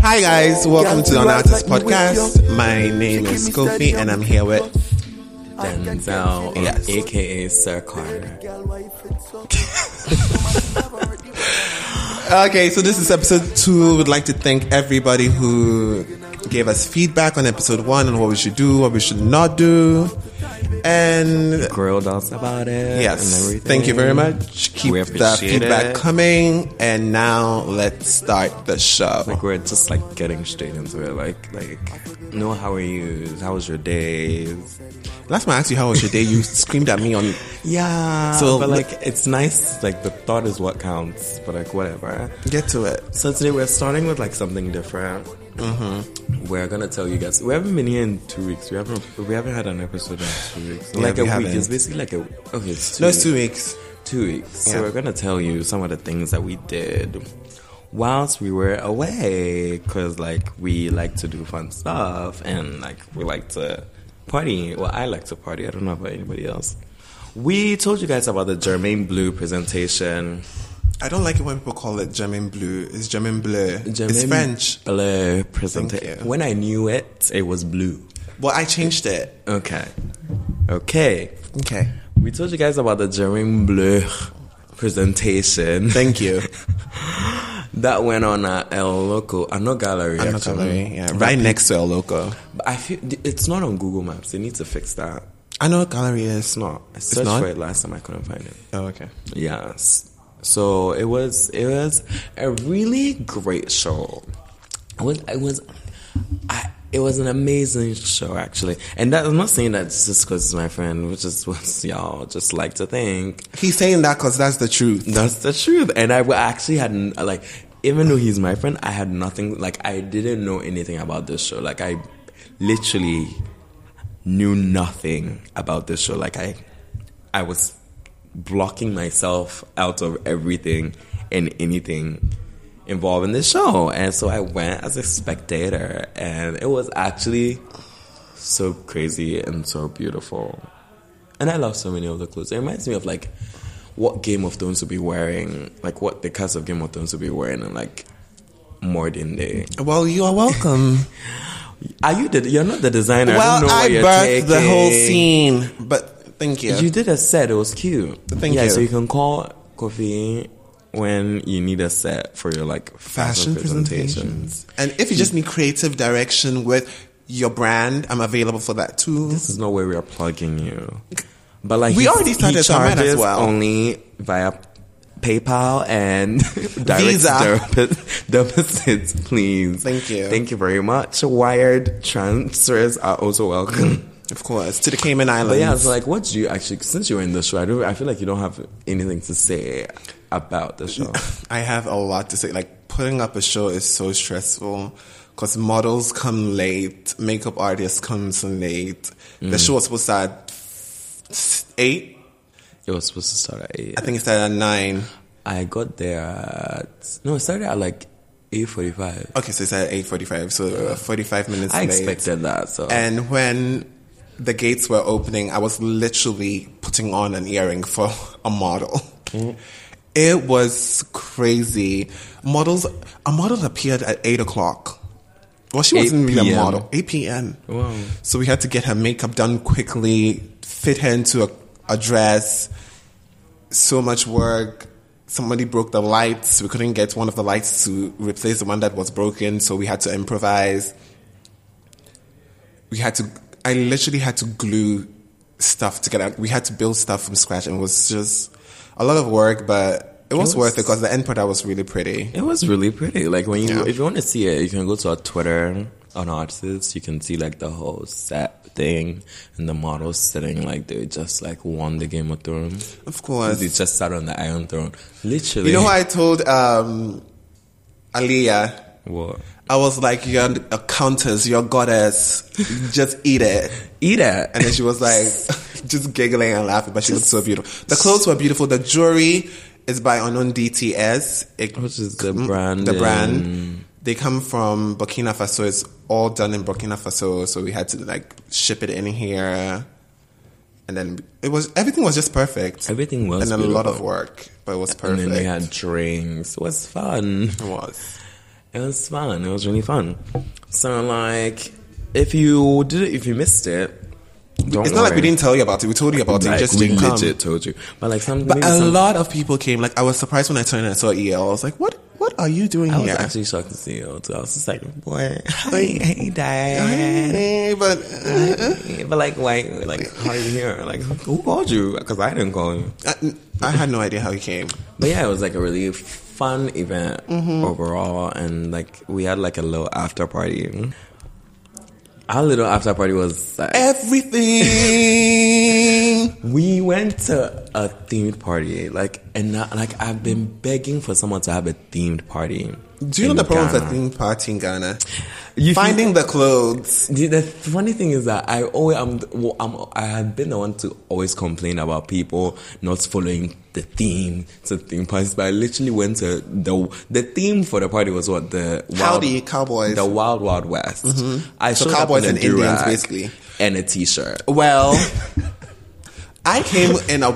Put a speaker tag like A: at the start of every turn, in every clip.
A: Hi guys, welcome to the Unartist Podcast. My name is Kofi and I'm here with
B: Denzel, or
A: Yes.
B: aka Sir Carter.
A: Okay, so this is episode two. We'd like to thank everybody who gave us feedback on episode one and what we should do, what we should not do. And
B: Grilled us about it. and
A: yes,
B: everything.
A: thank you very much. Keep
B: We
A: the
B: appreciate
A: feedback
B: it.
A: coming. And now let's start the show.
B: Like we're just like getting straight into it. Like like, no, how are you? How was your days?
A: Last time I asked you how was your day, you screamed at me on
B: Yeah.
A: So-
B: So, but like, it's nice. Like the thought is what counts. But like, whatever.
A: get to it.
B: So today we're starting with like something different. Mm-hmm. We're gonna tell you guys. We haven't been here in two weeks. We haven't. We haven't had an episode in two weeks. like
A: we
B: a week.
A: haven't.
B: It's basically like a. Okay. It's two
A: No,
B: weeks.
A: it's two weeks.
B: two weeks.
A: Yeah.
B: So we're gonna tell you some of the things that we did whilst we were away, cause like we like to do fun stuff and like we like to party. Well, I like to party. I don't know about anybody else. We told you guys about the Germain Blue presentation.
A: I don't like it when people call it German blue. It's German bleu. it's
B: Germain
A: French.
B: Blue
A: Thank
B: presentation.
A: you.
B: When I knew it, it was blue.
A: Well, I changed it.
B: Okay. Okay.
A: Okay.
B: We told you guys about the Germain Bleu presentation.
A: Thank you.
B: That went on at El Loco, I know gallery.
A: I'm not
B: actually.
A: coloring, yeah. Right next to El Loco.
B: But I feel it's not on Google Maps. They need to fix that.
A: I know what gallery is.
B: It's not. I
A: It's
B: searched
A: not?
B: for it last time. I couldn't find it.
A: Oh, okay.
B: Yes. So it was. It was a really great show. It was. It was. I. It was an amazing show, actually. And that, I'm not saying that just because it's my friend, which is what y'all just like to think.
A: He's saying that because that's the truth.
B: That's the truth. And I w- actually had n- like, even though he's my friend, I had nothing. Like, I didn't know anything about this show. Like, I literally knew nothing about this show. Like, I, I was blocking myself out of everything and anything involved in this show. And so I went as a spectator, and it was actually so crazy and so beautiful. And I love so many of the clothes. It reminds me of like what Game of Thrones would be wearing, like what the cast of Game of Thrones would be wearing, and like modern day.
A: Well, you are welcome.
B: Are you the? You're not the designer. I
A: well,
B: don't know
A: I
B: what you're
A: birthed the whole
B: taking.
A: scene, but thank you.
B: You did a set. It was cute.
A: Thank
B: yeah,
A: you.
B: So you can call Kofi when you need a set for your like
A: Fashion presentations. And if you just need creative direction with your brand, I'm available for that too.
B: This is not where we are plugging you. But like
A: We
B: he-
A: already started,
B: he
A: so I might as
B: charges
A: well.
B: only via PayPal and direct
A: Visa.
B: depo- deposits, please.
A: Thank you.
B: Thank you very much. Wired transfers are also welcome.
A: Of course, to the Cayman
B: But
A: Islands.
B: yeah, so like, what do you actually? Since you're in the show, I don't. I feel like you don't have anything to say about the show.
A: I have a lot to say. Like putting up a show is so stressful because models come late, makeup artists comes late. The
B: Mm.
A: show was supposed to start at s- eight.
B: it was supposed to start at eight.
A: I think it started at nine.
B: I got there at no. It started at like eight forty-five.
A: Okay, so it's at eight forty-five. So we were forty-five minutes
B: I
A: late.
B: expected that. So
A: And when the gates were opening, I was literally putting on an earring for a model. It was crazy. Models, a model appeared at eight o'clock. Well, she
B: 8
A: wasn't really a
B: PM.
A: model. Eight p.m.
B: Wow.
A: So we had to get her makeup done quickly, fit her into a, a dress. So much work. Somebody broke the lights. We couldn't get one of the lights to replace the one that was broken, so we had to improvise we had to i literally had to glue stuff together we had to build stuff from scratch and it was just a lot of work but it was,
B: was-
A: worth it because the end product was really pretty
B: It was really pretty. Like when you,
A: Yeah.
B: if you want to see it, you can go to our Twitter on artists. You can see like the whole set thing and the models sitting like they just like won the Game of Thrones.
A: of course
B: They just sat on the Iron Throne, literally.
A: you know what i told um aliyah
B: What?
A: i was like you're a countess you're a goddess just eat it
B: Eat it.
A: and then she was like just giggling and laughing but she looked so beautiful the clothes were beautiful the jewelry is by unknown dts it
B: Which Oh, is the brand?
A: "Mm, the
B: in-
A: brand. They come from Burkina Faso. It's all done in Burkina Faso, so we had to like ship it in here, and then it was everything was just perfect.
B: Everything was
A: and a lot
B: beautiful.
A: of work, but it was
B: And
A: perfect.
B: then they had drinks. It was fun.
A: it was.
B: It was fun. It was really fun. So like, if you did, if you missed it, don't
A: it's not like we
B: worry.
A: didn't tell you about it. We told you about it.
B: Like,
A: just
B: we
A: didn't come.
B: legit told you, but like some,
A: But
B: maybe
A: a
B: some-
A: lot of people came. Like I was surprised when I turned and I saw EL. I was like, "What? What are you doing
B: I was
A: here?"
B: actually shocked to see you. Too. I was just like, boy, hey, hey, Dad.
A: Eh, but uh,
B: But like, why, like, how are you here? Like, who called you? Because I didn't call you.
A: I, I had no idea how he came.
B: But yeah, it was like a really fun event
A: Mm-hmm.
B: overall, and like we had like a little after party. Our little after party was like,
A: Everything.
B: we went to a themed party, like and not, like I've been begging for someone to have a themed party.
A: Do you
B: in
A: know the problem with a
B: Ghana.
A: theme party in Ghana?
B: You feel-
A: Finding the clothes.
B: The, the funny thing is that I always I'm, well, I'm I have been the one to always complain about people not following the theme to theme parties, but I literally went to the the theme for the party was what the wild,
A: Howdy, cowboys.
B: the wild wild west. I
A: So
B: showed up
A: cowboys
B: in a
A: and Indians,
B: do-rag
A: basically. Oh,
B: and a t-shirt.
A: Well, I came in a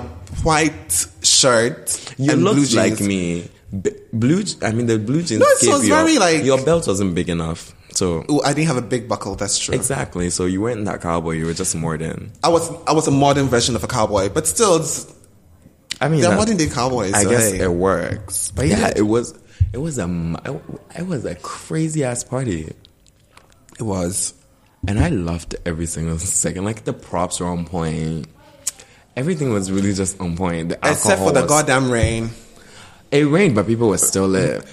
A: white shirt
B: You
A: and
B: looked
A: blue jeans.
B: like me. B- blue, je- I mean the blue jeans.
A: No, it
B: gave
A: was
B: you
A: very
B: a-
A: like-
B: your belt wasn't big enough. So
A: Ooh, I didn't have a big buckle. That's true.
B: exactly, so you weren't that cowboy. You were just more than.
A: I was I was a modern version of a cowboy, but still, it's,
B: I mean,
A: they're
B: that-
A: modern day cowboys.
B: I
A: so
B: guess
A: hey.
B: it works. But yeah,
A: yeah.
B: it was it was a m- it was a crazy ass party,
A: it was.
B: and I loved every single second. Like the props were on point. Everything was really just on point. The
A: Except
B: alcohol
A: for the
B: was-
A: goddamn rain.
B: It rained, but people were still lit.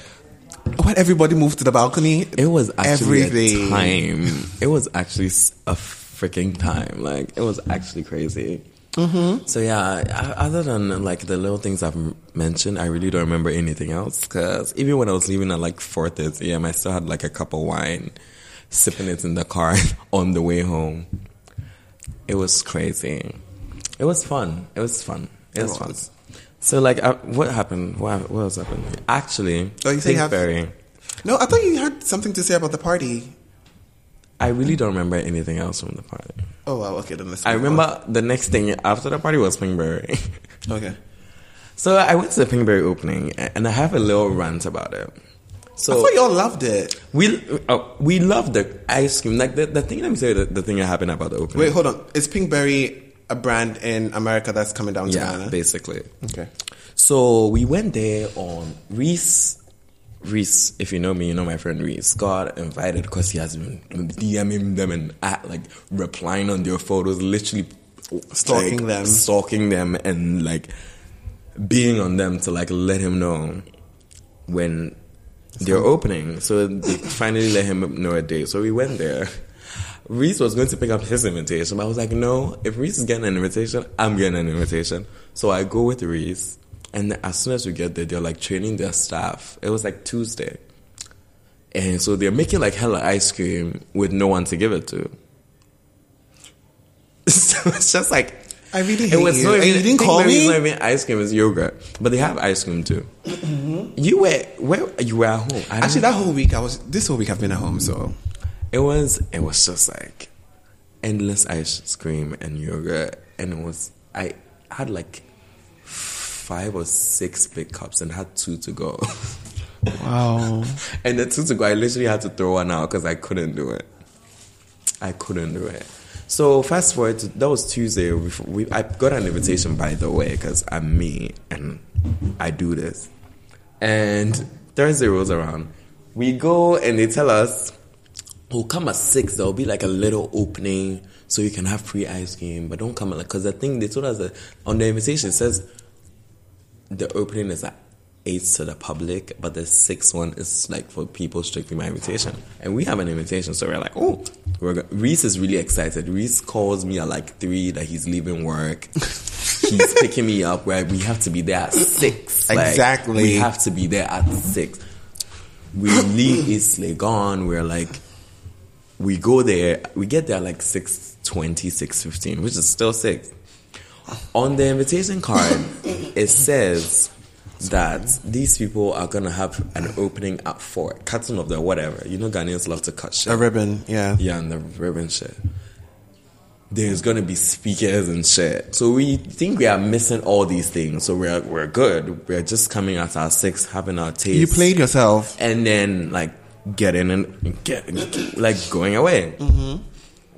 A: When everybody moved to the balcony,
B: It was actually
A: Everything.
B: a time. It was actually s- a freaking time. Like it was actually crazy. Mm-hmm. So yeah, I, other than like the little things I've m- mentioned, I really don't remember anything else. Because even when I was leaving at like four thirty a.m., I still had like a cup of wine, sipping it in the car on the way home. It was crazy. It was fun. It was fun. It,
A: It
B: was,
A: was.
B: fun. So like, uh, what happened? What, what else happened? Actually,
A: Oh, you say you have-
B: Pinkberry.
A: no, I thought you had something to say about the party.
B: I really don't remember anything else from the party.
A: Oh wow, okay, then let's
B: I
A: move on.
B: remember the next thing after the party was Pinkberry.
A: Okay,
B: so I went to the Pinkberry opening a- and I have a little rant about it.
A: I
B: So
A: thought y'all loved it.
B: we uh, we love the ice cream. Like the, the thing let me say the, the thing that happened about the opening.
A: Wait, hold on. Is Pinkberry a brand in America that's coming down to
B: yeah,
A: Ghana?
B: basically.
A: Okay.
B: So we went there on Reese. Reese, if you know me, you know my friend Reese. Got invited because he has been DMing them and at, like replying on their photos, literally
A: Stalking
B: like,
A: them.
B: stalking them, and like being on them to like let him know when they're opening. So they finally let him know a date. So we went there. Reese was going to pick up his invitation, but I was like, no, if Reese is getting an invitation, I'm getting an invitation. So I go with Reese. And as soon as we get there, they're like training their staff. It was like Tuesday. And so they're making like hella ice cream with no one to give it to. So it's just like
A: I really hate you.
B: not
A: And
B: even-
A: you didn't
B: Pink
A: call
B: Berry is
A: me?
B: not even ice cream; it's yogurt, but they have ice cream too. You were where you were at home. I
A: Actually,
B: Actually,
A: that whole week I was. This whole week I've been at home, so
B: it was it was just like endless ice cream and yogurt, and it was I had like five or six big cups and had two to go,
A: wow.
B: and the two to go I literally had to throw one out because I couldn't do it. I couldn't do it. So fast forward, to, that was Tuesday. We, we, I got an invitation, by the way, because I'm me and I do this. And Thursday rolls around. We go and they tell us, "Oh, come at six. There'll be like a little opening, so you can have free ice cream, but don't come at like." Because the thing they told us that on the invitation it says the opening is at eight to the public, but the sixth one is like for people strictly my invitation. And we have an invitation, so we're like, oh, we're go- Reese is really excited. Reese calls me at like three that he's leaving work. he's picking me up where we have to be there at six. Like,
A: Exactly.
B: we have to be there at six. We leave East Legon. We're like, we go there. We get there at like 6.20, 6.15, which is still six. On the invitation card, it says that these people are gonna have an opening at four, cutting of the whatever. You know, Ghanaians love to cut shit.
A: A ribbon, yeah.
B: Yeah, and the ribbon shit. There's gonna be speakers and shit. So we think we are missing all these things. So we're we're good. We're just coming at our six, having our taste.
A: You played yourself.
B: and then like get in and get like going away.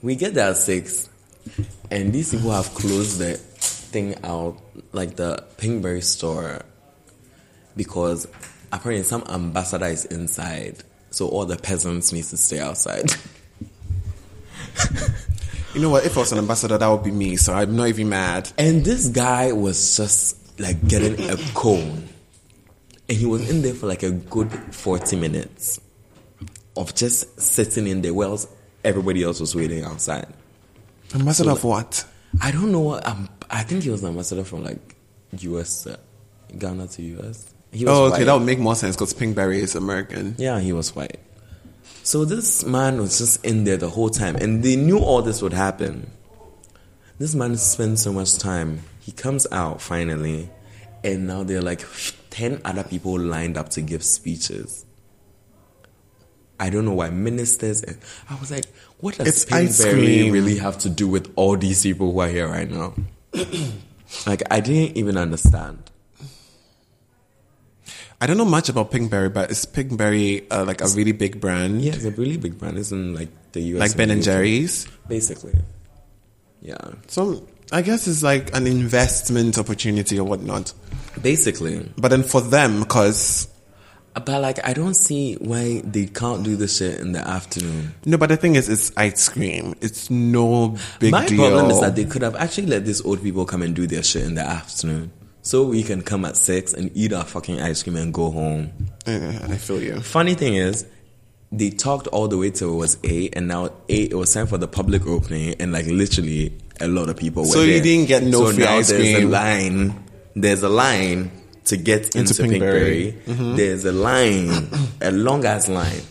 B: We get there at six, and these people have closed the thing out, like the Pinkberry store, because apparently some ambassador is inside, so all the peasants need to stay outside.
A: You know what? If I was an ambassador, that would be me. So I'm not even mad.
B: And this guy was just like getting a cone. And he was in there for like a good 40 minutes of just sitting in there whilst everybody else was waiting outside.
A: Ambassador of what?
B: I don't know what, um, I think he was an ambassador from like US, uh, Ghana to US. He was
A: Oh, okay.
B: white.
A: That would make more sense because Pinkberry is American.
B: Yeah, he was white. So this man was just in there the whole time, and they knew all this would happen. This man spent so much time. He comes out finally, and now there are like 10 other people lined up to give speeches. I don't know why ministers and I was like, what does
A: It's ice
B: Pinkberry
A: cream.
B: really have to do with all these people who are here right now? like I didn't even understand.
A: I don't know much about Pinkberry, but is Pinkberry uh, like a really big brand?
B: Yeah, it's a really big brand. It's in like the US.
A: Like Ben and
B: UK.
A: Jerry's?
B: basically. Yeah,
A: So I guess it's like an investment opportunity or whatnot.
B: basically.
A: But then for them, because
B: But like, I don't see why they can't do this shit in the afternoon.
A: no, but the thing is, it's ice cream. It's no big
B: My
A: deal.
B: problem is that they could have actually let these old people come and do their shit in the afternoon, so we can come at six and eat our fucking ice cream and go home.
A: Yeah, I feel you.
B: Funny thing is, they talked all the way till it was eight, and now eight it was time for the public opening, and like literally a lot of people.
A: So
B: were
A: you
B: there.
A: didn't get no
B: so
A: free
B: now
A: ice
B: there's A
A: cream.
B: line, there's a line to get into, Pinkberry.
A: Pinkberry.
B: There's a line, a long ass line.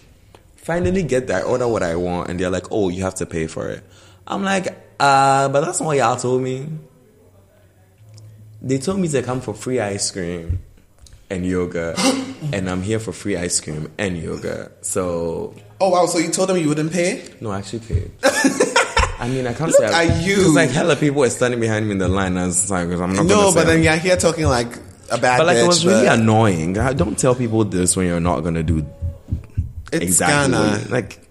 B: Finally, get there, order what I want, and they're like, "Oh, you have to pay for it." I'm like, "Uh, but that's not what y'all told me." They told me to come for free ice cream and yoga, and I'm here for free ice cream and yoga. So
A: Oh wow! So you told them you wouldn't pay?
B: no, I actually paid. I mean, I can't say.
A: Look
B: I,
A: at you.
B: Because like hella people were standing behind me in the line, and I was like, I'm
A: No,
B: not. gonna
A: but
B: say
A: then you're here talking like a bad.
B: But like,
A: bitch,
B: it was really
A: but
B: annoying. I don't tell people this when you're not gonna do
A: it's
B: exactly
A: Ghana.
B: what you- like.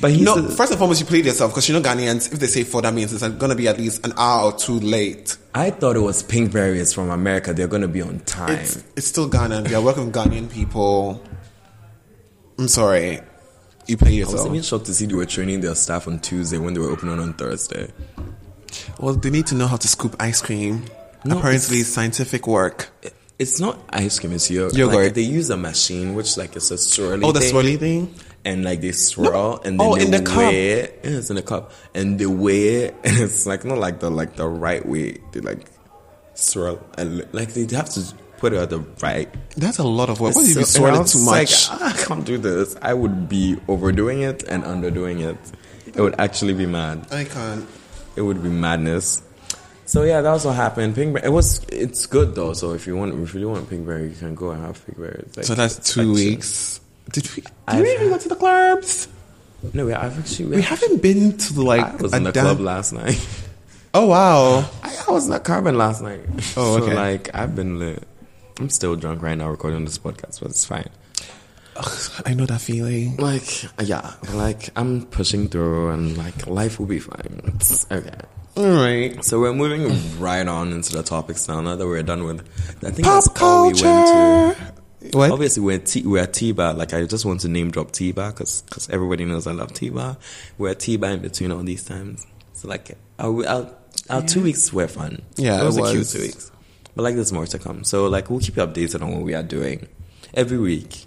B: But he's
A: No, first and foremost, you played yourself because you know Ghanaians. If they say four, that means it's going to be at least an hour or two late.
B: I thought it was pink berries from America. They're gonna be on time.
A: It's it's still Ghana. We are working with Ghanaian people. I'm sorry, you play
B: I was
A: yourself.
B: even shocked to see they were training their staff on Tuesday when they were opening on Thursday.
A: Well, they need to know how to scoop ice cream.
B: No,
A: Apparently, scientific work.
B: It's not ice cream; it's yogurt.
A: Yogurt.
B: Like, they use a machine, which like it's a swirly.
A: Oh, the
B: thing.
A: swirly thing.
B: and like they swirl and then
A: Oh,
B: they
A: in the cup.
B: weigh it. Yeah, it's in the cup and they weigh it and it's like not like the like the right way they like swirl and li- like they have to put it at the right
A: That's a lot of work. What if you
B: So- and I
A: swirl it
B: was
A: too much?
B: like, "Ah, I can't do this I would be overdoing it and underdoing it it would actually be mad
A: I can't.
B: it would be madness so yeah that was what happened pinkberry it was it's good though so if you want if you really want pinkberry you can go and have pinkberry It's like-
A: So that's two
B: actually-
A: weeks. Did we? Did
B: I've-
A: we even go to the clubs?
B: no yeah, I've actually
A: We haven't been to like
B: I was
A: a
B: in the
A: damn-
B: club last night
A: Oh wow!
B: I, I was not carbon last night.
A: Oh,
B: So,
A: okay.
B: like I've been lit. I'm still drunk right now recording this podcast, but it's fine.
A: Ugh, I know that feeling.
B: Like yeah, like I'm pushing through, and like life will be fine. It's okay.
A: All right.
B: So we're
A: Hmm.
B: moving right on into the topics now. Now that we're done with, I think that's
A: Pop
B: all we went
A: culture.
B: to.
A: What?
B: Obviously, we're at T- we're at T-Bar. Like I just want to name drop T-Bar because everybody knows I love T-Bar. We're at T-Bar in between all these times. So like our our, our two weeks were fun.
A: Yeah,
B: it was,
A: it
B: a cute
A: was.
B: two weeks. But like there's more to come. So like we'll keep you updated on what we are doing every week.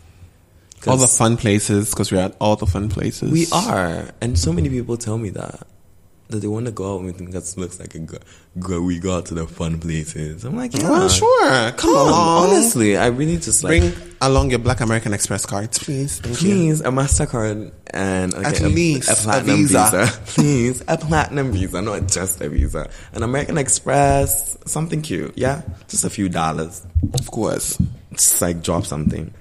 B: 'Cause
A: All the fun places because we're at all the fun places.
B: we are, and so many people tell me that that they want to go out with me because it looks like a go- go- we go out to the fun places. I'm like, yeah,
A: Well, sure. Come,
B: Come,
A: along.
B: honestly, I really just like
A: Bring along your Black American Express cards, please. Thank you.
B: Please, a MasterCard and okay,
A: At
B: a,
A: least
B: a
A: a
B: platinum visa.
A: Visa.
B: Please, a platinum visa, not just a visa. An American Express, something cute, yeah? Just a few dollars.
A: Of course.
B: Just like drop something.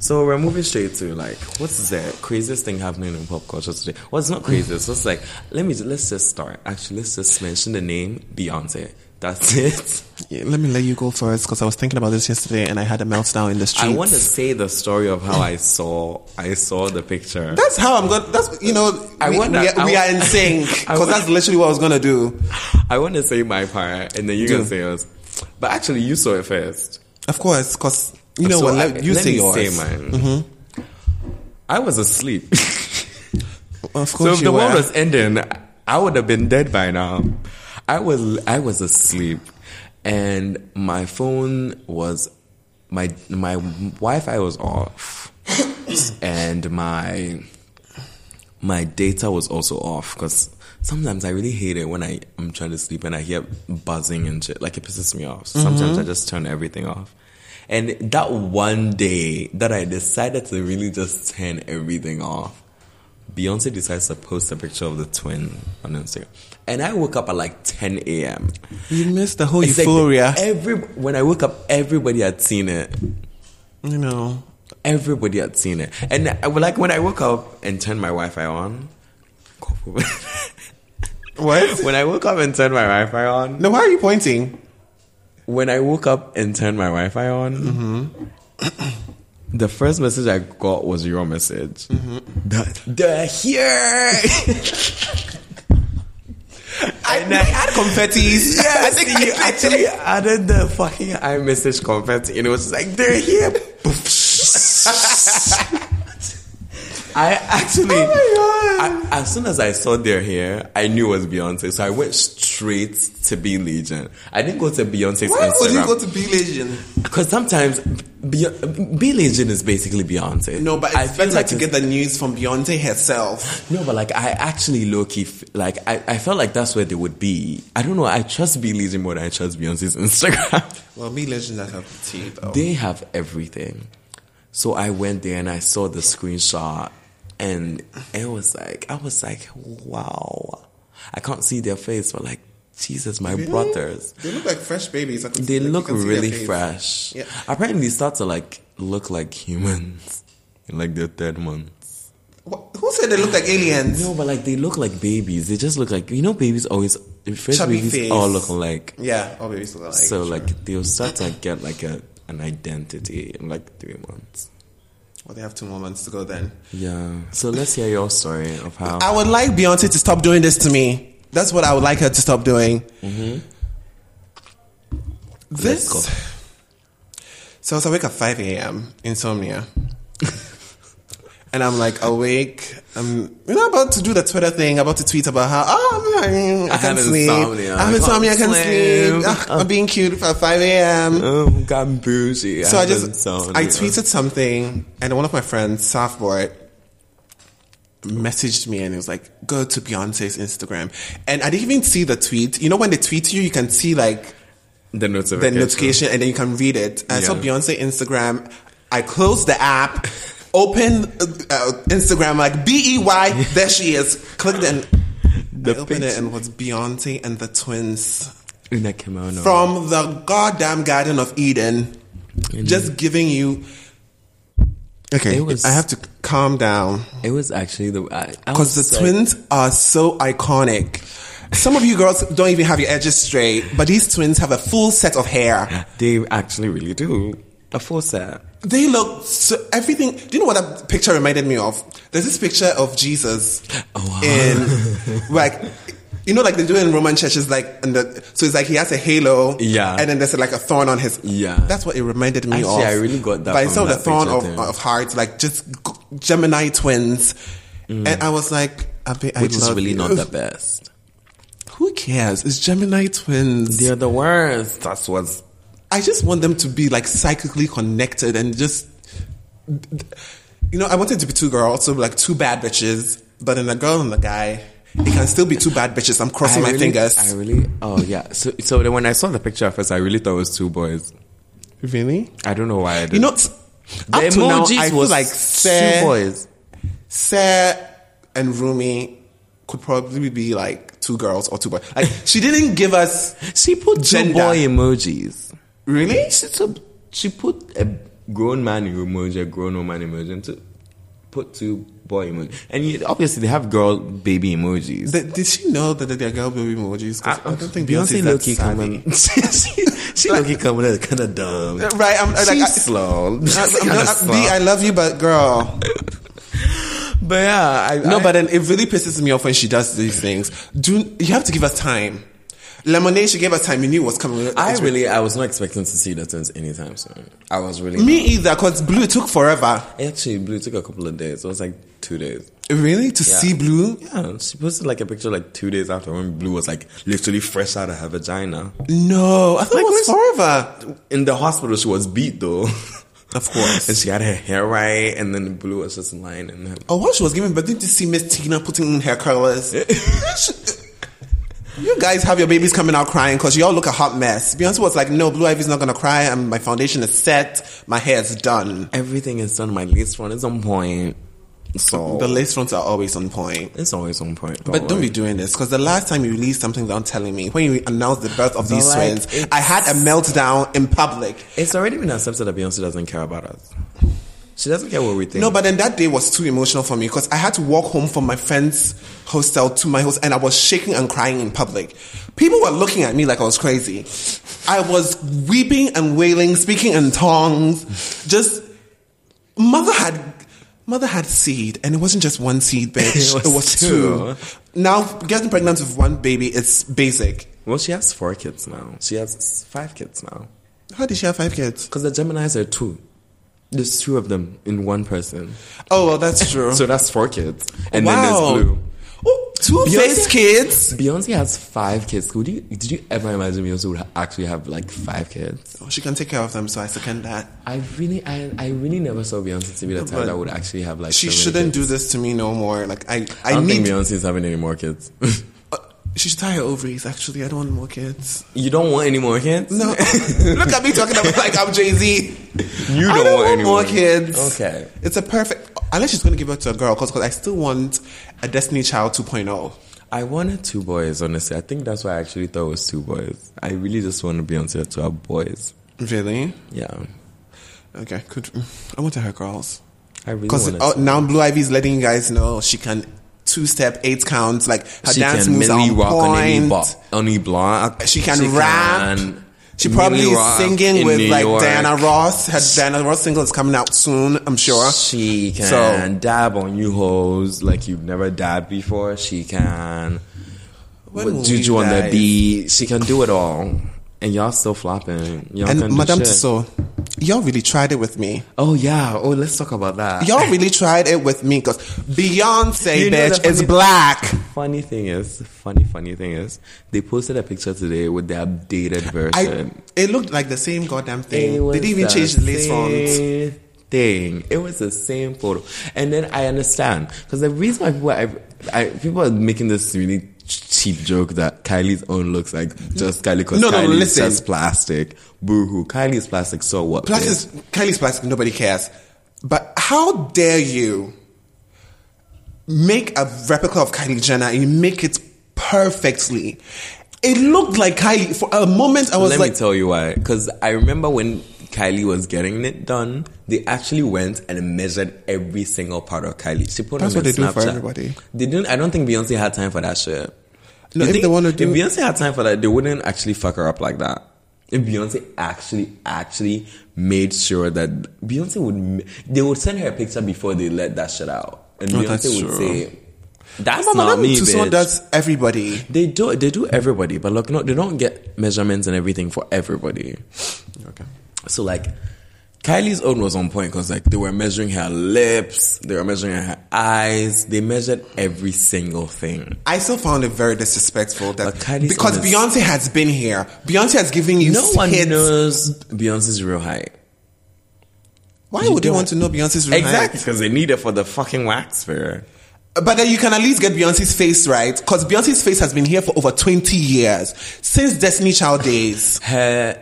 B: So we're moving straight to like, what's the craziest thing happening in pop culture today? Well, it's not craziest. It's like, let me, let's just start. Actually, let's just mention the name Beyonce. That's it.
A: Yeah, let me let you go first because I was thinking about this yesterday and I had a meltdown in the
B: I
A: streets.
B: want to say the story of how I saw I saw the picture.
A: That's how I'm going. to That's you know.
B: I
A: we,
B: wonder-
A: we,
B: I
A: are, we
B: wa-
A: are in sync
B: I
A: because
B: wa-
A: that's literally what I was gonna do.
B: I want to say my part, and then you
A: Do.
B: can say yours. But actually, you saw it first.
A: Of course, because you know
B: So
A: what?
B: I-
A: Let, you
B: let
A: say
B: me
A: yours. Mm-hmm.
B: mine. I was asleep.
A: Of
B: So
A: course,
B: if
A: you
B: the world
A: were.
B: was ending, I would have been dead by now. I was I was asleep, and my phone was my my Wi-Fi was off, and my my data was also off because sometimes I really hate it when I am trying to sleep and I hear buzzing and shit. Like it pisses me off.
A: Mm-hmm.
B: So Sometimes I just turn everything off. And that one day that I decided to really just turn everything off, Beyonce decides to post a picture of the twin on Instagram. And I woke up at like 10 a.m.
A: you missed the whole
B: It's like
A: euphoria.
B: every, when I woke up, everybody had seen it.
A: you know,
B: Everybody had seen it. And I, like when I woke up and turned my Wi Fi on,
A: what?
B: when I woke up and turned my Wi-Fi on,
A: No, why are you pointing?
B: when I woke up and turned my Wi-Fi on, the first message I got was your message. The- they're here.
A: I, I had confettis.
B: I think you actually added the fucking iMessage confetti, and it was just like they're here. I actually,
A: Oh
B: I- as soon as I saw they're here, I knew it was Beyonce, so I went straight to B Legion. I didn't go to Beyonce's
A: Why
B: Instagram.
A: would you go to B Legion?
B: Because sometimes Be- Be- Legion is basically Beyonce.
A: No, but it's
B: feel
A: better
B: like
A: to
B: it's-
A: get the news from Beyonce herself.
B: No, but like I actually low key f- like I, I felt like that's where they would be. I don't know. I trust Be Legion more than I trust Beyonce's Instagram.
A: Well, B Legion does have tea though.
B: they have everything. So I went there and I saw the screenshot, and it was like I was like, wow. I can't see their face, but like Jesus, my brothers.
A: They look like fresh babies. I could-
B: They
A: like, you
B: look
A: can see their
B: really
A: face.
B: fresh.
A: Yeah.
B: Apparently, they start to like look like humans in like their third month.
A: Wha- Who said they look like aliens?
B: No, but like they look like babies. They just look like you know, babies always first
A: Chubby
B: babies
A: face.
B: all look alike.
A: Yeah, all babies look alike.
B: so like they'll start to get like a an identity in like three months.
A: well, they have two more months to go then.
B: Yeah. So let's hear your story of how.
A: I would like Beyonce to stop doing this to me. That's what I would like her to stop doing. This.
B: Mm-hmm. Let's go.
A: So I was awake at 5 a.m. insomnia. and I'm like awake. I'm you know about to do the Twitter thing, about to tweet about how oh, I'm, I,
B: I
A: can't
B: have
A: sleep.
B: insomnia.
A: I have
B: I
A: insomnia. I
B: can't
A: can't sleep.
B: sleep.
A: Ugh, I'm being cute at 5 a.m.
B: Oh, got bougie.
A: So I
B: haven't
A: just
B: sound-
A: I tweeted something, and one of my friends, Softboard, messaged me and it was like, "Go to Beyonce's Instagram," and I didn't even see the tweet. You know, when they tweet you, you can see like
B: the
A: the
B: notification.
A: notification, and then you can read it. And I saw
B: Yeah.
A: Beyonce Instagram. I closed the app, opened uh, uh, Instagram like B E Y. There she is. Clicked and
B: The
A: I opened
B: picture.
A: it, and it was Beyonce and the twins
B: in a kimono.
A: from the goddamn Garden of Eden,
B: Mm.
A: just giving you. Okay,
B: It was-
A: I have to calm down
B: it was actually the I- I
A: because
B: was
A: the
B: like-
A: twins are so iconic. Some of you girls don't even have your edges straight, but these twins have a full set of hair.
B: They actually really do a full set.
A: They look so everything. Do you know what that picture reminded me of? There's this picture of Jesus
B: Oh, wow.
A: in like. You know, like they do in Roman churches, like, and the, so it's like he has a halo,
B: Yeah.
A: and then there's like a thorn on his,
B: Yeah.
A: That's what it reminded me
B: Actually,
A: of.
B: I really got that
A: But
B: from
A: I saw the
B: that
A: thorn
B: picture
A: of,
B: thing.
A: of hearts, like just g- Gemini twins, and I was like, I be, I
B: Mm. which is
A: love
B: really
A: you.
B: not the best.
A: Who cares? It's Gemini twins.
B: They're the worst. That's what's
A: I just want them to be like psychically connected and just, you know, I wanted to be two girls, so like two bad bitches, but in a girl and a guy, it can still be two bad bitches. I'm crossing my
B: really,
A: fingers.
B: I really. Oh yeah. So so then when I saw the picture at first, I really thought it was two boys.
A: really?
B: I don't know why I did.
A: You know, t-
B: the
A: up to now,
B: emojis
A: I feel
B: was
A: like
B: two
A: Sarah,
B: boys.
A: Sarah and Rumi could probably be like two girls or two boys. Like she didn't give us
B: She put
A: Gender.
B: two boy emojis.
A: really.
B: She, so she put a grown man emoji, a grown woman emoji, and to put two boy emoji. And you, obviously, they have girl baby emojis.
A: Th- did she know that there are girl baby emojis? 'Cause I, don't think Beyonce,
B: Beyonce
A: Beyonce's that
B: Loki
A: savvy.
B: coming. she she Loki coming as kind of dumb.
A: Uh, Right, I'm I- like,
B: She's
A: I,
B: slow.
A: I,
B: She's
A: am
B: kinda
A: B,
B: slow.
A: I love you, but girl,
B: But yeah, I,
A: no.
B: I-
A: But then it really pisses me off when she does these things. Do you have to give us time? Lemonade, she gave us time. You knew what's coming.
B: I
A: It's-
B: really, I was not expecting to see that since anytime soon. I was really
A: me either, cause blue it took forever.
B: Actually, Blue took a couple of days. It was like two days.
A: Really, to see blue?
B: Yeah, she posted like a picture like two days after when Blue was like literally fresh out of her vagina.
A: No, I thought it was forever.
B: In the hospital, she was beat though.
A: Of course.
B: and she had her hair right, and then Blue was just lying in her.
A: Oh, while she was giving birth, didn't you see Miss Tina putting in her curlers? you guys have your babies coming out crying because you all look a hot mess. Beyonce was like, no, Blue Ivy's not going to cry. And my foundation is set. My hair is done.
B: Everything is done. My lace front is on point. So
A: The lace fronts are always on point.
B: it's always on point.
A: But don't
B: worry.
A: be doing this because the last time you released something without telling me, when you announced the birth of these
B: like,
A: twins,
B: it's-
A: I had a meltdown in public.
B: It's already been accepted that Beyonce doesn't care about us. She doesn't care what we think.
A: No, but then that day was too emotional for me because I had to walk home from my friend's hostel to my host, and I was shaking and crying in public. People were looking at me like I was crazy. I was weeping and wailing, speaking in tongues. Just mother had mother had seed, and it wasn't just one seed, bitch.
B: It was
A: it was two. Now getting pregnant with one baby, it's basic.
B: well, she has four kids now. She has five kids now.
A: How did she have five kids?
B: Because the Geminis are two. There's two of them in one person.
A: Oh well, that's true.
B: So that's four kids. And
A: Wow.
B: then there's Blue.
A: Ooh, two-faced
B: Beyonce-
A: kids.
B: Beyonce has five kids. Would you, did you ever imagine Beyonce would ha- actually have like five kids?
A: Oh, she can take care of them, so I second that.
B: I really, I, I really never saw Beyonce to be the type
A: But
B: that would actually have like.
A: she
B: so many
A: shouldn't
B: kids.
A: do this to me no more. Like I, I,
B: I don't
A: need.
B: think Beyonce's having any more kids.
A: uh, she should tie her ovaries. Actually, I don't want more kids.
B: you don't want any more kids?
A: No, look at me talking about like I'm Jay Z.
B: You
A: I don't
B: don't want
A: want
B: any
A: more
B: more
A: kids.
B: Okay.
A: it's a perfect. Unless she's going to give birth to a girl, because I still want a Destiny Child oh. 2.0.
B: I wanted two boys, honestly. I think that's why I actually thought it was two boys. I really just wanted Beyonce to have boys.
A: Really?
B: Yeah.
A: Okay, good. I want to her girls.
B: I really
A: Because
B: wanted
A: oh,
B: two.
A: now Blue Ivy's letting you guys know she can two step, eight counts. Like her dance moves are on
B: rock on any,
A: point.
B: bo- on any block.
A: She can rap.
B: can
A: She probably
B: milli
A: is
B: rock
A: singing
B: in
A: with
B: New
A: like
B: York.
A: Diana Ross. Her Diana Ross single is coming out soon, I'm sure.
B: She can
A: So-
B: dab on you hoes like you've never dabbed before. She can
A: When will
B: with juju
A: we
B: on the
A: die?
B: beat. She can do it all. And y'all still flopping. Y'all can
A: And
B: do
A: Madame
B: shit.
A: Tussauds, y'all really tried it with me.
B: Oh yeah. Oh, let's talk about that.
A: Y'all really tried it with me because Beyonce,
B: You know
A: bitch,
B: the
A: is
B: funny-
A: black.
B: Funny thing is, funny funny thing is, they posted a picture today with the updated
A: I,
B: version.
A: it looked like the same goddamn thing.
B: It was
A: They didn't even
B: the
A: change the lace front.
B: same Thing. It was the same photo, and then I understand because the reason why people are, I, people are making this really cheap joke that Kylie's own looks like just Kylie because
A: No, no,
B: Kylie's
A: listen.
B: just plastic. Boo hoo. Kylie's plastic. So what?
A: Plus,
B: bitch?
A: it's, Kylie's plastic. Nobody cares. But how dare you make a replica of Kylie Jenner and you make it perfectly? It looked like Kylie for a moment. I was
B: Let
A: like,
B: me tell you why. Because I remember when Kylie was getting it done, they actually went and measured every single part of Kylie. She put
A: That's
B: on
A: what
B: her
A: they do for
B: Snapchat.
A: everybody.
B: They didn't. I don't think Beyonce had time for that shit.
A: No,
B: You
A: if
B: think-
A: they wanna do-
B: if Beyonce had time for that, they wouldn't actually fuck her up like that. If Beyonce actually, actually made sure that Beyonce would, m- they would send her a picture before they let that shit out, and
A: Oh, that's
B: Beyonce would
A: true.
B: say, "That's
A: "Mama,
B: not
A: Madame
B: me,
A: Tussauds
B: bitch."
A: does everybody.
B: They do. They do everybody, but like, no, they don't get measurements and everything for everybody.
A: Okay.
B: So like, Kylie's own was on point because like they were measuring her lips, they were measuring her eyes, they measured every single thing.
A: I still found it very disrespectful that
B: But Kylie's
A: because
B: on this-
A: Beyonce has been here. Beyonce has given you
B: No one
A: hits.
B: knows Beyonce's real height.
A: Why
B: You
A: would you
B: don't-
A: want to know Beyonce's real height?
B: Exactly, because they need it for the fucking wax fair.
A: But then you can at least get Beyonce's face right, because Beyonce's face has been here for over 20 years, since Destiny Child days.
B: Her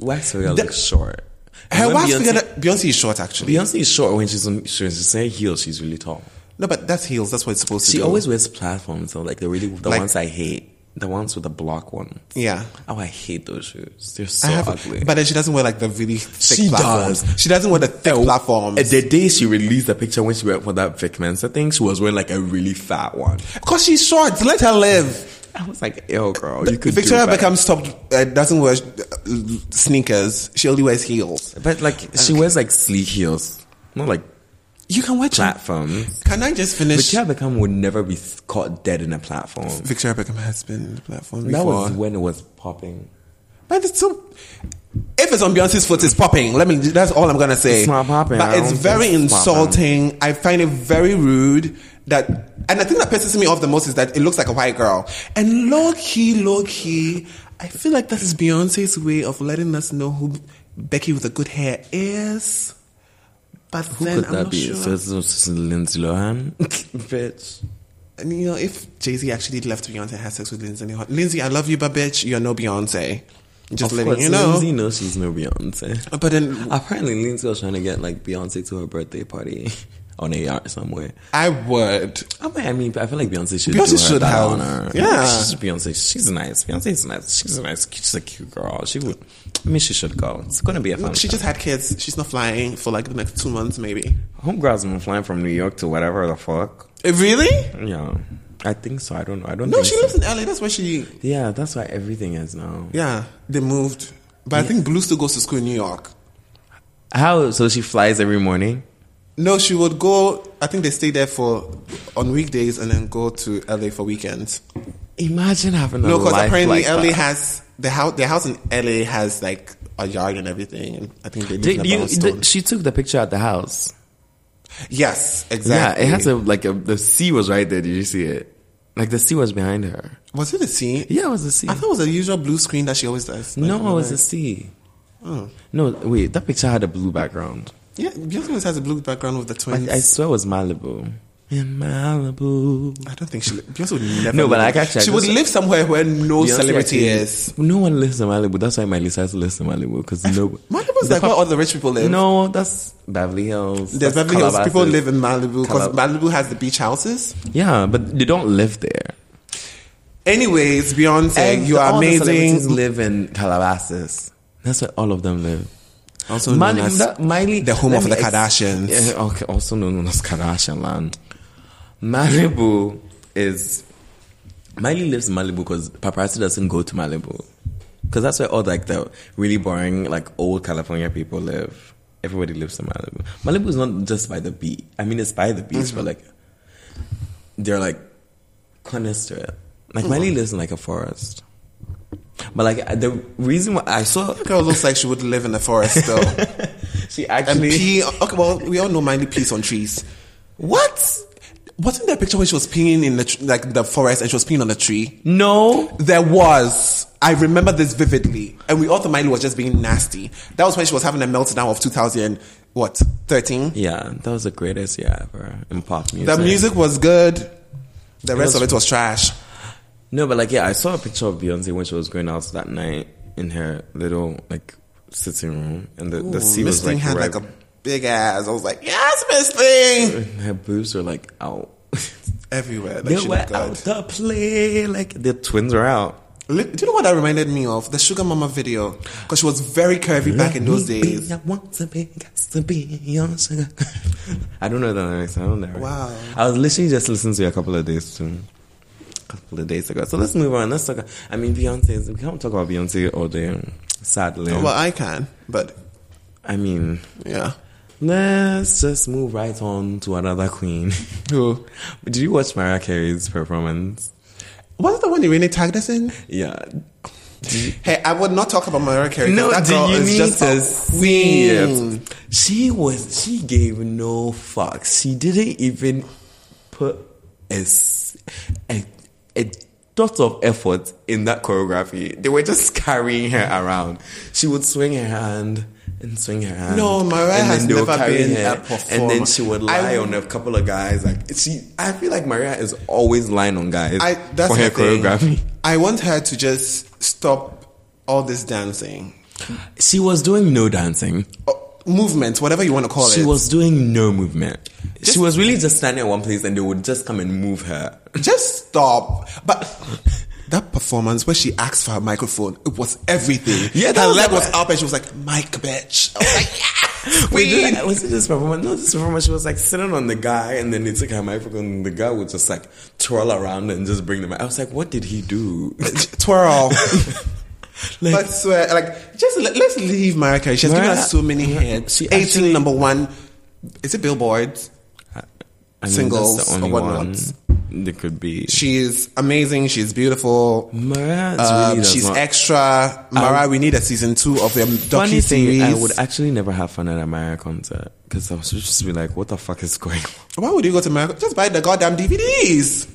B: wax figure
A: The-
B: looks short. And
A: Her
B: when
A: wax
B: Beyonce,
A: figure, that- Beyonce is short actually.
B: Beyonce is short when she's on, when she's in heels. She's really tall.
A: No, but that's heels, that's what it's supposed to
B: She
A: do.
B: always wears platforms though, like the really the
A: Like-
B: ones I hate. The ones with the block one.
A: Yeah.
B: Oh, I hate those shoes. They're so
A: I have,
B: ugly.
A: but then she doesn't wear like the really thick
B: She
A: platforms.
B: does.
A: She doesn't wear the thick platforms.
B: Uh, The day she released the picture when she went for that Vic Mensa thing, she was wearing like a really fat one.
A: Because she's short. Let her live.
B: I was like, "Ew, girl, you could."
A: Victoria
B: do better.
A: Beckham stopped, uh, doesn't wear uh, sneakers. She only wears heels.
B: but like she wears like sleek heels, not like
A: You can wear platform.
B: platform.
A: Can I just finish? Victoria,
B: Victoria Beckham would never be caught dead in a platform.
A: Beckham has been in the platform
B: That
A: before.
B: was when it was popping.
A: But it's so. If it's on Beyonce's foot, it's popping. Let me. That's all I'm gonna say.
B: It's not popping. I
A: But it's
B: don't
A: very
B: think it's
A: insulting. I find it very rude. That and the thing that pisses me off the most is that it looks like a white girl. And low key, low key, I feel like that is Beyonce's way of letting us know who Becky with the good hair is. But then
B: Could
A: I'm
B: that
A: not
B: be?
A: sure.
B: So it's- it's Lindsay Lohan, bitch.
A: and you know, if Jay Z actually left Beyonce and had sex with Lindsay, Lohan- Lindsay, I love you, but bitch, you're no Beyonce. Just
B: of
A: letting
B: course,
A: you know.
B: Lindsay knows she's no Beyonce.
A: But then
B: Apparently, Lindsay was trying to get like Beyonce to her birthday party on a yacht somewhere.
A: I would.
B: I mean, I mean, I feel like Beyonce should.
A: Beyonce
B: do her
A: should
B: that
A: have.
B: honor.
A: Yeah.
B: she's Beyonce. She's nice. Beyonce's nice. She's a nice. She's a cute girl. She would. I mean, she should go. It's gonna be a fun.
A: She
B: time.
A: just had kids. She's not flying for like the next two months, maybe.
B: homegirl's been flying from New York to whatever the fuck.
A: Really?
B: Yeah, I think so. I don't know. I don't.
A: No,
B: think
A: she
B: so.
A: lives in LA. That's where she.
B: Yeah, that's why everything is now.
A: Yeah, they moved. But I think Blue still goes to school in New York.
B: How? So she flies every morning.
A: No, she would go. I think they stay there for on weekdays and then go to LA for weekends.
B: Imagine having a
A: No,
B: life
A: because apparently
B: like
A: LA
B: that.
A: has the house. Their house in LA has like a yard and everything. And I think they live
B: Did
A: in a
B: you,
A: brownstone.
B: did- she took the picture at the house.
A: yes, exactly.
B: Yeah, it has a like a the sea was right there. Did you see it? Like the sea was behind her.
A: Was it a scene?
B: Yeah, it was the sea.
A: I thought it was a usual blue screen that she always does. Like,
B: no, it was the
A: like- oh.
B: sea. No, wait, that picture had a blue background.
A: yeah. Beyonce always has a blue background with the twins.
B: I, I swear it was Malibu. In Malibu.
A: I don't think she. Beyonce would never.
B: No, but
A: live-
B: like, actually, I
A: she would
B: just-
A: live somewhere where no celebrity is.
B: No one lives in Malibu. That's why my Lisa has to live in Malibu because no.
A: Malibu's
B: the
A: like
B: pop-
A: where all the rich people live.
B: No, that's Beverly Hills.
A: there's
B: that's
A: Beverly Hills. People
B: Calabasas.
A: live in Malibu because
B: Calab-
A: Malibu has the beach houses.
B: Yeah, but they don't live there.
A: Anyways, Beyonce,
B: And
A: you are
B: all the celebrities
A: amazing.
B: live in Calabasas. That's where all of them live.
A: Also known
B: Miley-
A: as
B: that- Miley-
A: the home of
B: let me
A: the Kardashians.
B: Yeah, okay, also known as Kardashian land. Malibu is Miley lives in Malibu because paparazzi doesn't go to Malibu because that's where all like the really boring like old California people live. Everybody lives in Malibu. Malibu is not just by the beach. I mean, it's by the beach,
A: Mm-hmm.
B: but like they're like conister. Like Miley
A: Mm-hmm.
B: lives in like a forest. But like the reason why I saw
A: Girl looks like she would live in the forest though.
B: she
A: and
B: actually
A: pee. Okay, well, we all know Miley pees on trees.
B: what
A: Wasn't there a picture where she was peeing in the tr- like the forest and she was peeing on a tree?
B: no
A: There was. I remember this vividly, and we all thought Miley was just being nasty. That was when she was having a meltdown of 2000 what 13.
B: yeah that was the greatest year ever in pop music
A: The music was good. The rest of
B: was-
A: it was trash.
B: no but like yeah I saw a picture of Beyonce when she was going out that night in her little like sitting room and the, the sea
A: Miss
B: was
A: Thing
B: like,
A: had
B: right-
A: like a big ass. I was like, yes, Miss Thing.
B: her boobs were like out
A: Everywhere. Like,
B: they
A: she
B: were
A: looked
B: out
A: good.
B: to play like the twins were out
A: Li- Do you know what that reminded me of? The Sugar Mama video. Because she was very curvy back in those days.
B: I want to be, got to be your sugar. I don't know the lyrics. I don't know.
A: Wow.
B: I was literally just listening to it a couple of days too. A couple of days ago. So let's move on. Let's talk. I mean, Beyonce. is- We can't talk about Beyonce all day. Sadly.
A: Well, I can, but
B: I mean,
A: yeah.
B: let's just move right on to another queen.
A: Who?
B: Did you watch Mariah Carey's performance?
A: Was it the one they really tagged us in?
B: Yeah.
A: Hey, I would not talk about Mariah Carey. 'cause
B: No,
A: that
B: do
A: girl
B: you
A: is
B: need
A: just
B: to
A: a
B: see
A: queen.
B: it? She was. She gave no fucks. She didn't even put a s- a a dot of effort in that choreography. They were just carrying her around. She would swing her hand. And swing her hand.
A: No, Mariah
B: and then
A: has
B: they would
A: never
B: carry
A: been
B: her,
A: a performer.
B: And then she would lie
A: I-
B: on a couple of guys. Like she, I feel like Mariah is always lying on guys
A: I, that's
B: for
A: my
B: her
A: thing.
B: choreography.
A: I want her to just stop all this dancing.
B: She was doing no dancing.
A: Oh, movement, whatever you want to call
B: She
A: it.
B: was doing no movement. she was really just standing at one place and they would just come and move her.
A: Just stop. But that performance where she asked for her microphone, it was everything.
B: Yeah, that
A: her
B: was
A: leg
B: like-
A: was up and she was like, "Mike, bitch." I was like, "Yes,
B: Wait,
A: queen."
B: did- was it this performance? No, this performance. She was like sitting on the guy, and then they took her microphone, and the guy would just like twirl around and just bring them. I was like, what did he do?
A: twirl.
B: Like-
A: but swear, like, just let, let's leave Mariah. She's given
B: Mariah-
A: us so many hits.
B: she
A: 18 number one. Is it Billboard?
B: I mean,
A: Singles
B: that's
A: or
B: the only
A: whatnot.
B: one that could be.
A: She's amazing. She's beautiful.
B: Mariah really
A: Um,
B: does
A: she's
B: not-
A: extra. Mariah, we need a season two of the
B: Funny
A: docu
B: thing,
A: series.
B: I would actually never have fun at a Mariah concert because I was just be like, what the fuck is going on?
A: Why would you go to Mariah? Just buy the goddamn DVDs.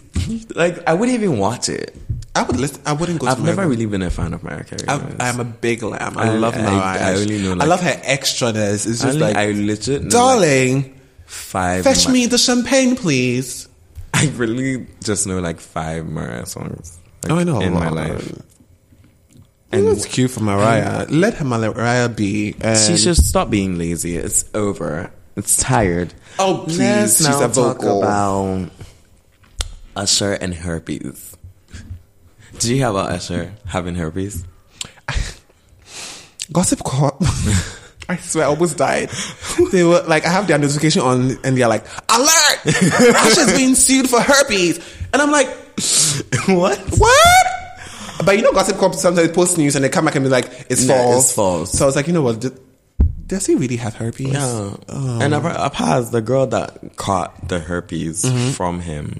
B: like, I wouldn't even watch it.
A: I would listen. I wouldn't go
B: I've
A: to Mariah.
B: never really been a fan of Mariah Carey.
A: I'm, I'm a big lamb. I,
B: I-
A: love
B: I-
A: Mariah.
B: I really know,
A: I
B: like-
A: love her extraness. It's
B: I,
A: just like,
B: I legit know, like,
A: darling,
B: five.
A: fetch
B: Ma-
A: me the champagne, please.
B: I really just know like five Mariah songs. like,
A: Oh, I know.
B: in my
A: Uh,
B: life.
A: And it's cute for Mariah. Let her Mariah be. um, And
B: She should stop being lazy. It's over. It's tired.
A: Oh, please.
B: Let's
A: She's
B: now
A: a vocal.
B: talk about Usher and herpes. Did you hear about Usher having herpes?
A: Gossip Corp. I swear, I almost died. They were like, I have their notification on, and they're like, "Alert! Usher's being sued for herpes," and I'm like,
B: what?
A: "What?" But you know, Gossip Corp sometimes post news and they come back and be like, "It's
B: Nah,
A: false."
B: it's false.
A: So I was like, you know what? Did, does he really have herpes?
B: Yeah.
A: Oh.
B: And I've has the girl that caught the herpes
A: Mm-hmm.
B: from him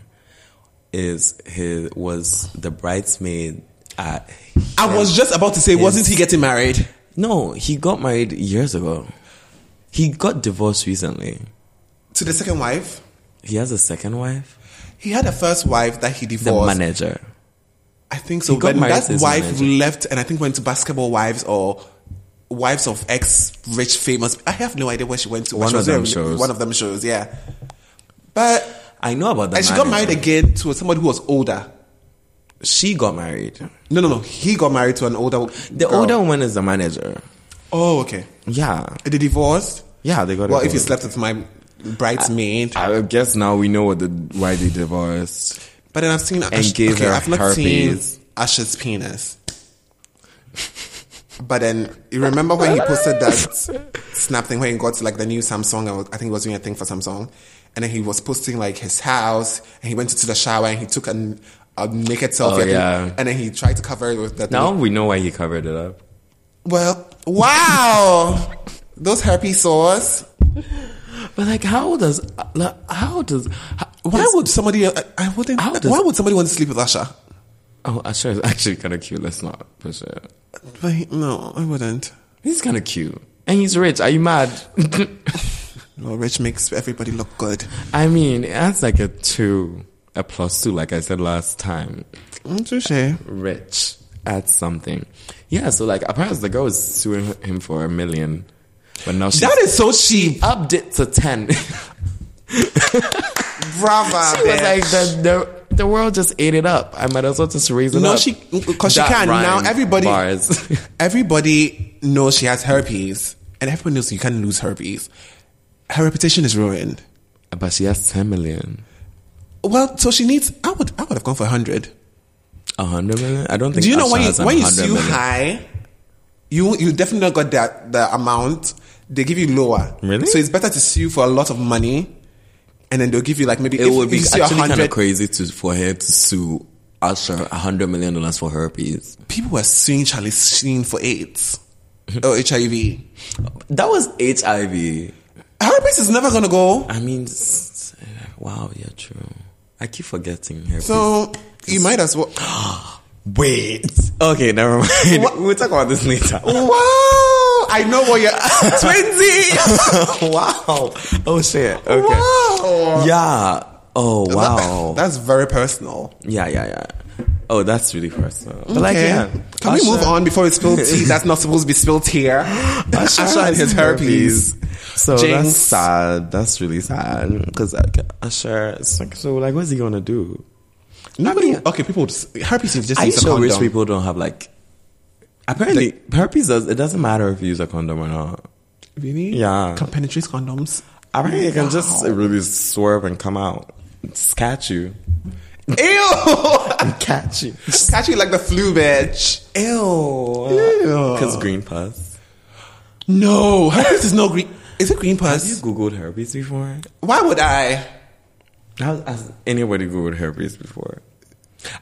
B: is his was the bridesmaid at
A: I was just about to say, wasn't
B: Yes.
A: he getting married?
B: No, he got married years ago. He got divorced recently.
A: To the second wife,
B: He has a second wife?
A: he had a first wife that he
B: The
A: divorced.
B: manager.
A: I think so.
B: He got
A: But
B: married to
A: that
B: his
A: wife
B: manager.
A: left and I think went to basketball wives or wives of ex rich famous. I have no idea where she went to. but
B: One
A: she
B: of
A: was
B: them
A: there-
B: shows.
A: One of them shows, yeah. But
B: I know about that.
A: and she got married again to somebody who was older.
B: She got married.
A: No, no, no. He got married to an older.
B: The older one is the manager.
A: Oh, okay.
B: Yeah.
A: They divorced.
B: Yeah, they got
A: Well, if you
B: divorced.
A: slept with my bridesmaid,
B: I guess now we know what the why they divorced.
A: but then I've seen Ush-
B: gave
A: okay,
B: her
A: I've not
B: herpes.
A: seen Usher's penis. But then you remember when he posted that snap thing when he got like the new Samsung. I was- I think he was doing a thing for Samsung, and then he was posting like his house, and he went into the shower and he took a, a naked selfie, I think,
B: Oh, yeah.
A: and then he tried to cover it with that.
B: Now we know why he covered it up.
A: well, wow, those herpes sores.
B: But like, how does like, how does how,
A: Why
B: why would
A: would somebody? I, I wouldn't.
B: How does-
A: Why would somebody want to sleep with Usher?
B: oh Usher is actually kind of cute. Let's not push it.
A: But he- no, I wouldn't.
B: He's kind of cute and he's rich. Are you mad?
A: No, Rich makes everybody look good.
B: I mean, that's like a two, a plus two, like I said last time.
A: Mm, Touche.
B: Rich at something. Yeah. So like, apparently the girl is suing him for a million, but now she's
A: That is so cheap.
B: upped it to ten.
A: Brava. Ah,
B: she was
A: bitch.
B: like the, the the world just ate it up. I might as well just raise it
A: no,
B: up.
A: she because she
B: That
A: can now.
B: rhymed
A: Everybody,
B: bars.
A: everybody knows she has herpes, and everyone knows you can lose herpes. Her reputation is ruined.
B: but she has ten million.
A: Well, so she needs. I would. I would have gone for hundred.
B: A hundred million? I don't think.
A: Do you know
B: Usher
A: when you
B: has a
A: when you
B: hundred
A: sue
B: million.
A: high, you you definitely not got that the amount. They give you lower.
B: Really?
A: So it's better to sue for a lot of money, and then they'll give you like maybe
B: It
A: if
B: would be
A: you sue
B: actually kind
A: 100
B: of crazy to for her to sue Usher a hundred million dollars for herpes.
A: People were suing Charlie Sheen for AIDS or HIV.
B: That was HIV.
A: Herpes is never gonna go.
B: I mean, s- eh, wow, yeah, true. I keep forgetting herpes.
A: So you might as well.
B: wait, okay, never mind.
A: What?
B: We'll talk about this later.
A: Wow! I know what you're twinsy.
B: wow. Oh shit. Okay.
A: Wow!
B: Yeah. Oh wow.
A: that's very personal.
B: yeah, yeah, yeah. Oh, that's really personal. But like,
A: Okay.
B: yeah.
A: Can we
B: Usher-
A: move on before we spill tea that's not supposed to be spilled here? Usher and his herpes.
B: So
A: Jinx.
B: that's sad. That's really sad because like, Usher. It's like, so like, what's he gonna do?
A: Nobody. Okay, people. Just, herpes is just
B: Are you
A: use a
B: sure
A: condom.
B: rich people don't have like? Apparently, herpes does. It doesn't matter if you use a condom or not.
A: Really?
B: Yeah.
A: Can penetrate condoms.
B: Apparently, it can
A: Wow.
B: just really swerve and come out, It's catch you.
A: Ew!
B: Catch you.
A: Catch you like the flu, bitch.
B: Ew. Because green pus.
A: No, herpes is no green. Is it green
B: Have you
A: pus?
B: googled herpes before?
A: Why would I?
B: Has, has anybody googled herpes before?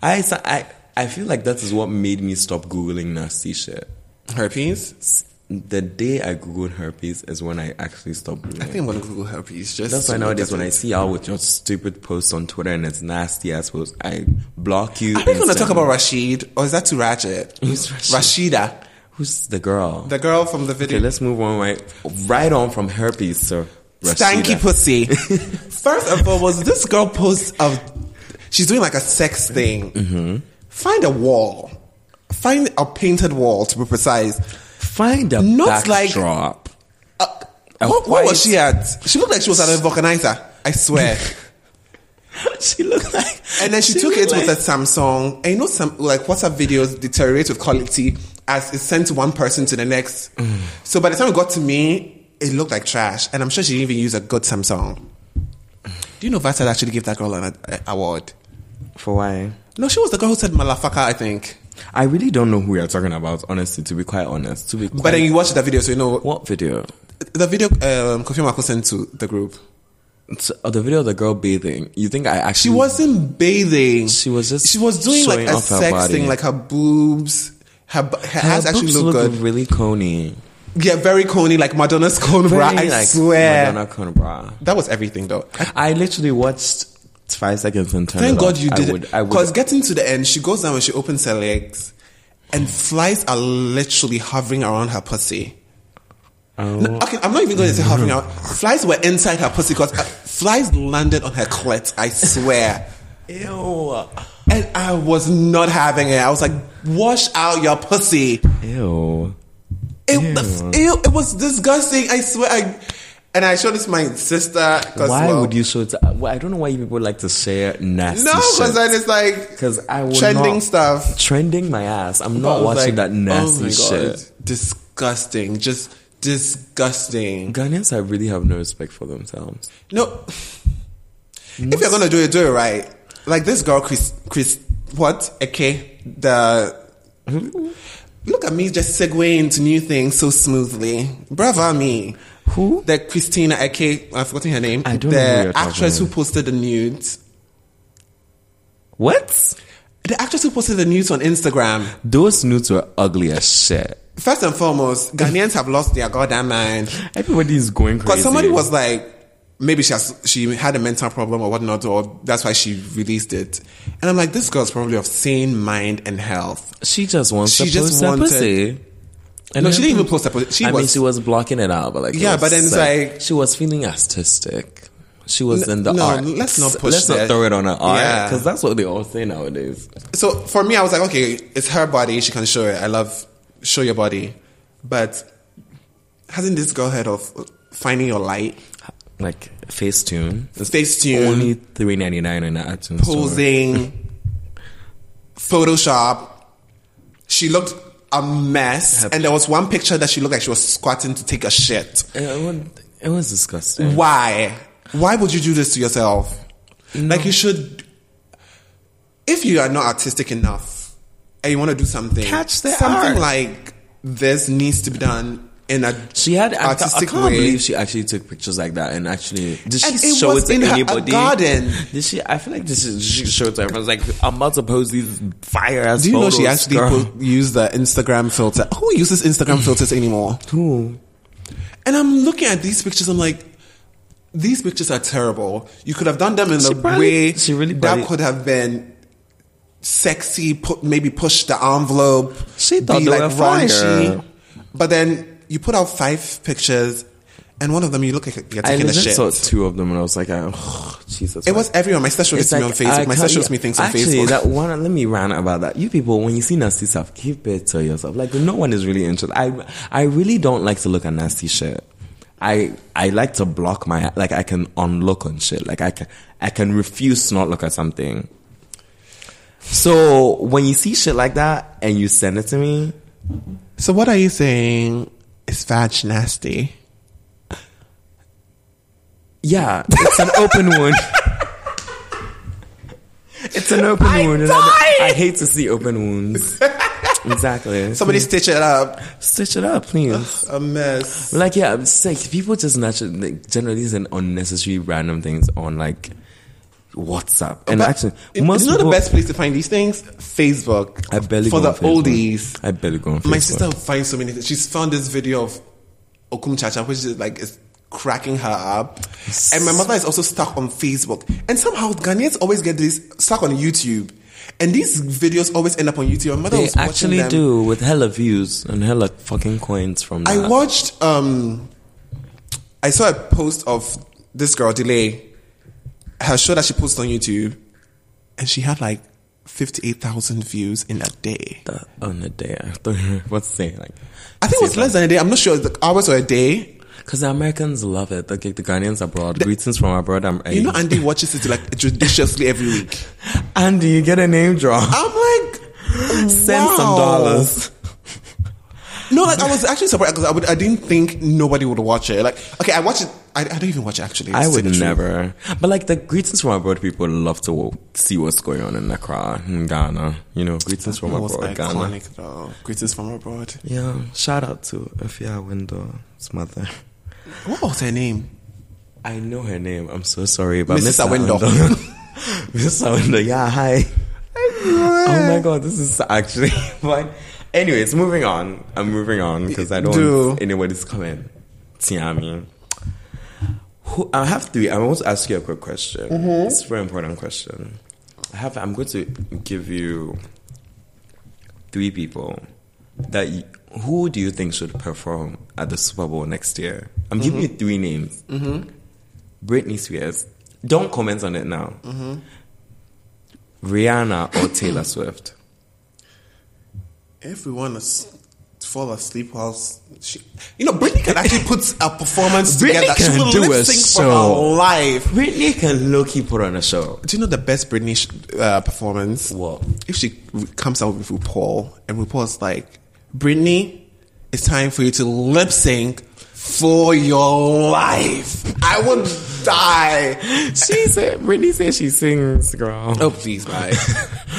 B: I, so- I I feel like that is what made me stop googling nasty shit.
A: Herpes?
B: S- The day I googled herpes is when I actually stopped googling.
A: I think I'm gonna Google herpes. Just
B: That's why
A: so
B: nowadays when I
A: different.
B: see y'all with your stupid posts on Twitter and it's nasty ass posts, I block you.
A: Are we gonna talk about Rashid or is that too ratchet?
B: Who's Rashid?
A: Rashida,
B: Who's the girl?
A: the girl from the video.
B: okay, let's move on right right on from herpes, sir.
A: Stanky pussy. First and foremost, this girl posts of she's doing like a sex thing.
B: Mm-hmm.
A: Find a wall, find a painted wall to be precise.
B: Find a
A: Not like-
B: backdrop.
A: Uh,
B: A
A: what, what
B: white-
A: was she at? She looked like she was at a vulcanizer. I swear.
B: she looked like,
A: And then she, took it
B: looked
A: with a
B: like-
A: Samsung. And you know, some like WhatsApp videos deteriorate with quality as it's sent to one person to the next.
B: Mm.
A: So by the time it got to me, it looked like trash. And I'm sure she didn't even use a good Samsung. Do you know Vassal actually gave that girl an a- award?
B: for why.
A: No, she was the girl who said Malafaka, I think.
B: I really don't know who we are talking about, honestly. To be quite honest, to be quite,
A: But then you watched that video, so you know
B: what video?
A: the video um, Kofi Mako sent to the group.
B: It's, uh, the video of the girl bathing. You think I
A: She
B: actually
A: wasn't bathing.
B: Mm. She was just
A: she was doing like
B: showing
A: a
B: off her
A: sex
B: body.
A: thing, like her boobs. Her, bu- her,
B: Her
A: ass actually
B: boobs
A: looked good.
B: really coney.
A: Yeah, very coney, like Madonna's cone bra. I
B: Really, like,
A: swear.
B: Madonna cone bra.
A: That was everything, though.
B: I literally watched five seconds and turned.
A: Thank
B: it
A: God
B: off.
A: you
B: I
A: did
B: would-
A: it.
B: I would-
A: Because getting to the end, she goes down and she opens her legs, and flies are literally hovering around her pussy.
B: Oh.
A: No, okay, I'm not even going to say hovering around. Flies were inside her pussy because flies landed on her clit, I swear.
B: Ew.
A: and I was not having it. I was like, wash out your pussy.
B: Ew.
A: It,
B: Ew.
A: was- ew, it was disgusting, I swear. I, and I showed this to my sister. 'cause,
B: Why
A: well,
B: would you show it? To, well, I don't know why you people like to share nasty
A: No, because
B: shit.
A: then it's like
B: 'Cause I would
A: trending
B: not-
A: stuff.
B: Trending my ass. I'm
A: I
B: not
A: was
B: watching
A: like,
B: that nasty
A: oh my God,
B: shit.
A: Disgusting, just disgusting.
B: Ghanaians, I really have no respect for themselves.
A: No, if you're gonna do it, do it right. Like this girl, Chris, Chris, what? Okay, the look at me just segueing into new things so smoothly. Bravo me.
B: Who?
A: The Christina Eke, I've forgotten her name.
B: I don't
A: the
B: know who you're talking
A: actress who
B: about.
A: posted the nudes.
B: What?
A: The actress who posted the nudes on Instagram.
B: Those nudes were ugly as shit.
A: First and foremost, Ghanaians have lost their goddamn mind.
B: Everybody is going crazy.
A: Because somebody was like, maybe she has she had a mental problem or whatnot, or that's why she released it. And I'm like, this girl's probably of sane mind and health.
B: She just wants
A: She
B: to
A: just
B: post her
A: wanted-
B: pussy. And
A: no,
B: then-
A: she didn't even post that. post. She
B: I
A: was.
B: mean, she was blocking it out, but like, it
A: Yeah,
B: was
A: but then it's
B: sick.
A: like-
B: she was feeling artistic. She was in the
A: no,
B: art.
A: let's not push
B: Let's
A: that.
B: not throw it on her art
A: Yeah.
B: because that's what they all say nowadays.
A: so for me, I was like, okay, it's her body. She can show it. I love show your body, but hasn't this girl heard of finding your light,
B: Like Facetune, it's
A: face tune,
B: only three ninety nine in the iTunes store.
A: posing, Photoshop. She looked a mess,
B: Her-
A: and there was one picture that she looked like she was squatting to take a shit.
B: It was, it was disgusting.
A: Why? Why would you do this to yourself? Like you should. If you are not artistic enough and you want to do something,
B: Catch the
A: something
B: art.
A: like this needs to be done in a
B: She had I, ca- I
A: artistic
B: can't
A: way.
B: believe she actually took pictures like that and actually did she
A: And it
B: show
A: was
B: it to
A: in her- a
B: anybody?
A: garden.
B: Did she? I feel like this is she show it to everyone. Like I'm about to post these fire ass.
A: do you know she actually
B: girl. Mm.
A: po- used the Instagram filter? Who uses Instagram filters anymore?
B: Who?
A: And I'm looking at these pictures. I'm like, these pictures are terrible. You could have done them in
B: She
A: a
B: probably-
A: way
B: she really probably-
A: that could have been sexy. Put, maybe push the envelope.
B: She thought they were fire.
A: But then you put out five pictures, and one of them you look like you're
B: I
A: taking a
B: legit
A: shit.
B: saw two of them and I was like, oh, Jesus.
A: it was everywhere. My sister shows me on Facebook. My sister shows me things on
B: e- actually,
A: Facebook.
B: that one. Let me rant about that. You people, when you see nasty stuff, keep it to yourself. Like no one is really interested. I I really don't like to look at nasty shit. I I like to block my like I can unlook on shit. Like I can I can refuse to not look at something. So when you see shit like that and you send it to me,
A: so what are you saying? Is vag nasty?
B: yeah, it's an open wound. It's an open
A: I
B: wound. and
A: died!
B: I, I hate to see open wounds. exactly.
A: Somebody stitch it up.
B: Stitch it up, please.
A: A mess.
B: Like yeah, I'm sick. People just naturally like, generally send unnecessary random things on like WhatsApp. And
A: But
B: actually,
A: it-
B: most
A: it's not
B: people,
A: the best place to find these things. Facebook.
B: I barely
A: for
B: go
A: the
B: on Facebook.
A: oldies.
B: I barely go on Facebook.
A: My sister finds so many things. She's found this video of Okum Chacha, which is like is cracking her up. And my mother is also stuck on Facebook. And somehow Ghanaians always get this stuck on YouTube. And these videos always end up on YouTube. My mother
B: They
A: was watching
B: actually
A: them.
B: do with hella views and hella fucking coins from that.
A: I watched. Um, I saw a post of this girl Delay, her show that she posted on YouTube, and she had like fifty-eight thousand views in a day.
B: that on the day after. What's saying like?
A: I think it was less than a day. I'm not sure. The hours or a day.
B: Because the Americans love it. Like the Ghanaians abroad, greetings from abroad. I'm,
A: You know, Andy watches it like judiciously every week.
B: Andy, you get a name drop.
A: I'm like,
B: Send some
A: wow.
B: dollars.
A: No, like I was actually surprised because I, would- I didn't think nobody would watch it. Like, okay, I watch it. I, I don't even watch it actually.
B: I
A: to say
B: would
A: the truth.
B: never. But like the greetings from abroad, people love to wo- see what's going on in Accra, in Ghana. You know, greetings from
A: It was
B: abroad, Ghana.
A: iconic though. Greetings from abroad.
B: Yeah, shout out to Afia Window's mother.
A: What was her name?
B: I know her name. I'm so sorry, but
A: Mrs.
B: Miss
A: Awindo.
B: Miss Awindo, yeah, hi. Oh my god, this is actually fine. Anyways, moving on. I'm moving on because I don't
A: Do.
B: want anybody's comment. Tiami. Who I have three. I want to ask you a quick question. It's a very important question. I have I'm going to give you three people that you, who do you think should perform at the Super Bowl next year? I'm giving you three names. Britney Spears. Don't comment on it now. Rihanna or Taylor Swift.
A: If we want to s- fall asleep whilst she, you know, Britney can actually put a performance
B: Britney
A: together.
B: can
A: she will
B: do
A: lip
B: a
A: sync for
B: show.
A: her life.
B: Britney can low key put on a show.
A: Do you know the best Britney sh- uh, performance?
B: What?
A: If she r- comes out with RuPaul and RuPaul's like, Britney, it's time for you to lip sync for your life. I would die.
B: She said Britney said she sings, girl.
A: Oh please, bye.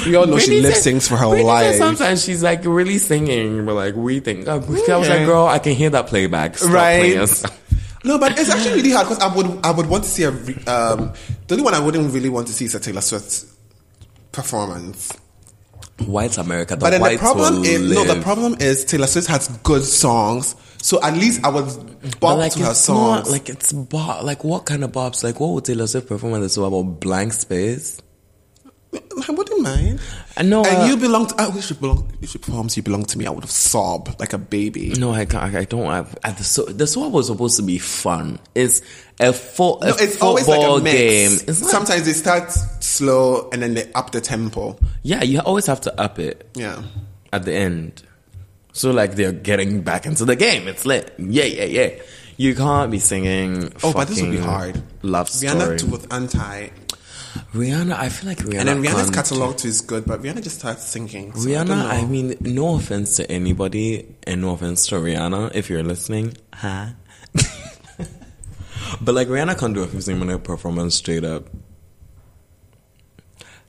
A: We all know she
B: Britney
A: lip
B: said-
A: syncs for her
B: Britney said
A: life.
B: sometimes she's like really singing, but like we think. oh, I was like,
A: Okay.
B: girl, I can hear that playback. Stop
A: right?
B: playing yourself.
A: No, but it's actually really hard because I would I would want to see a re- um, the only one I wouldn't really want to see is a Taylor Swift performance.
B: White America, the
A: But then the
B: whites
A: problem
B: will
A: is no,
B: live.
A: the problem is Taylor Swift has good songs, so at least I was
B: But
A: bop to her
B: it's not-
A: songs.
B: like it's bar. Like what kind of bops? Like what would Taylor Swift perform at the Super Bowl? Blank space.
A: I wouldn't mind.
B: I know. uh,
A: and you belong to. I wish you belong. If she performs, you belong to me. I would have sobbed like a baby.
B: No, I can't. I don't. I, at the so the Super Bowl is supposed to be fun. It's a, fo- a
A: No, it's
B: football
A: always like a mix.
B: game. It's not-
A: Sometimes they start slow and then they up the tempo.
B: yeah, you always have to up it
A: Yeah.
B: at the end. So like they're getting back into the game. It's lit. Yeah, yeah, yeah. You can't be singing.
A: Oh, but this would be
B: fucking
A: hard.
B: Love story.
A: Rihanna too with anti.
B: Rihanna, I feel like Rihanna.
A: And then Rihanna's
B: can't-
A: catalog too is good, but Rihanna just starts singing. so I, don't
B: Rihanna,
A: know.
B: I, mean, no offense to anybody, and no offense to Rihanna if you're listening, huh? but like Rihanna can't do a 15 minute performance straight up.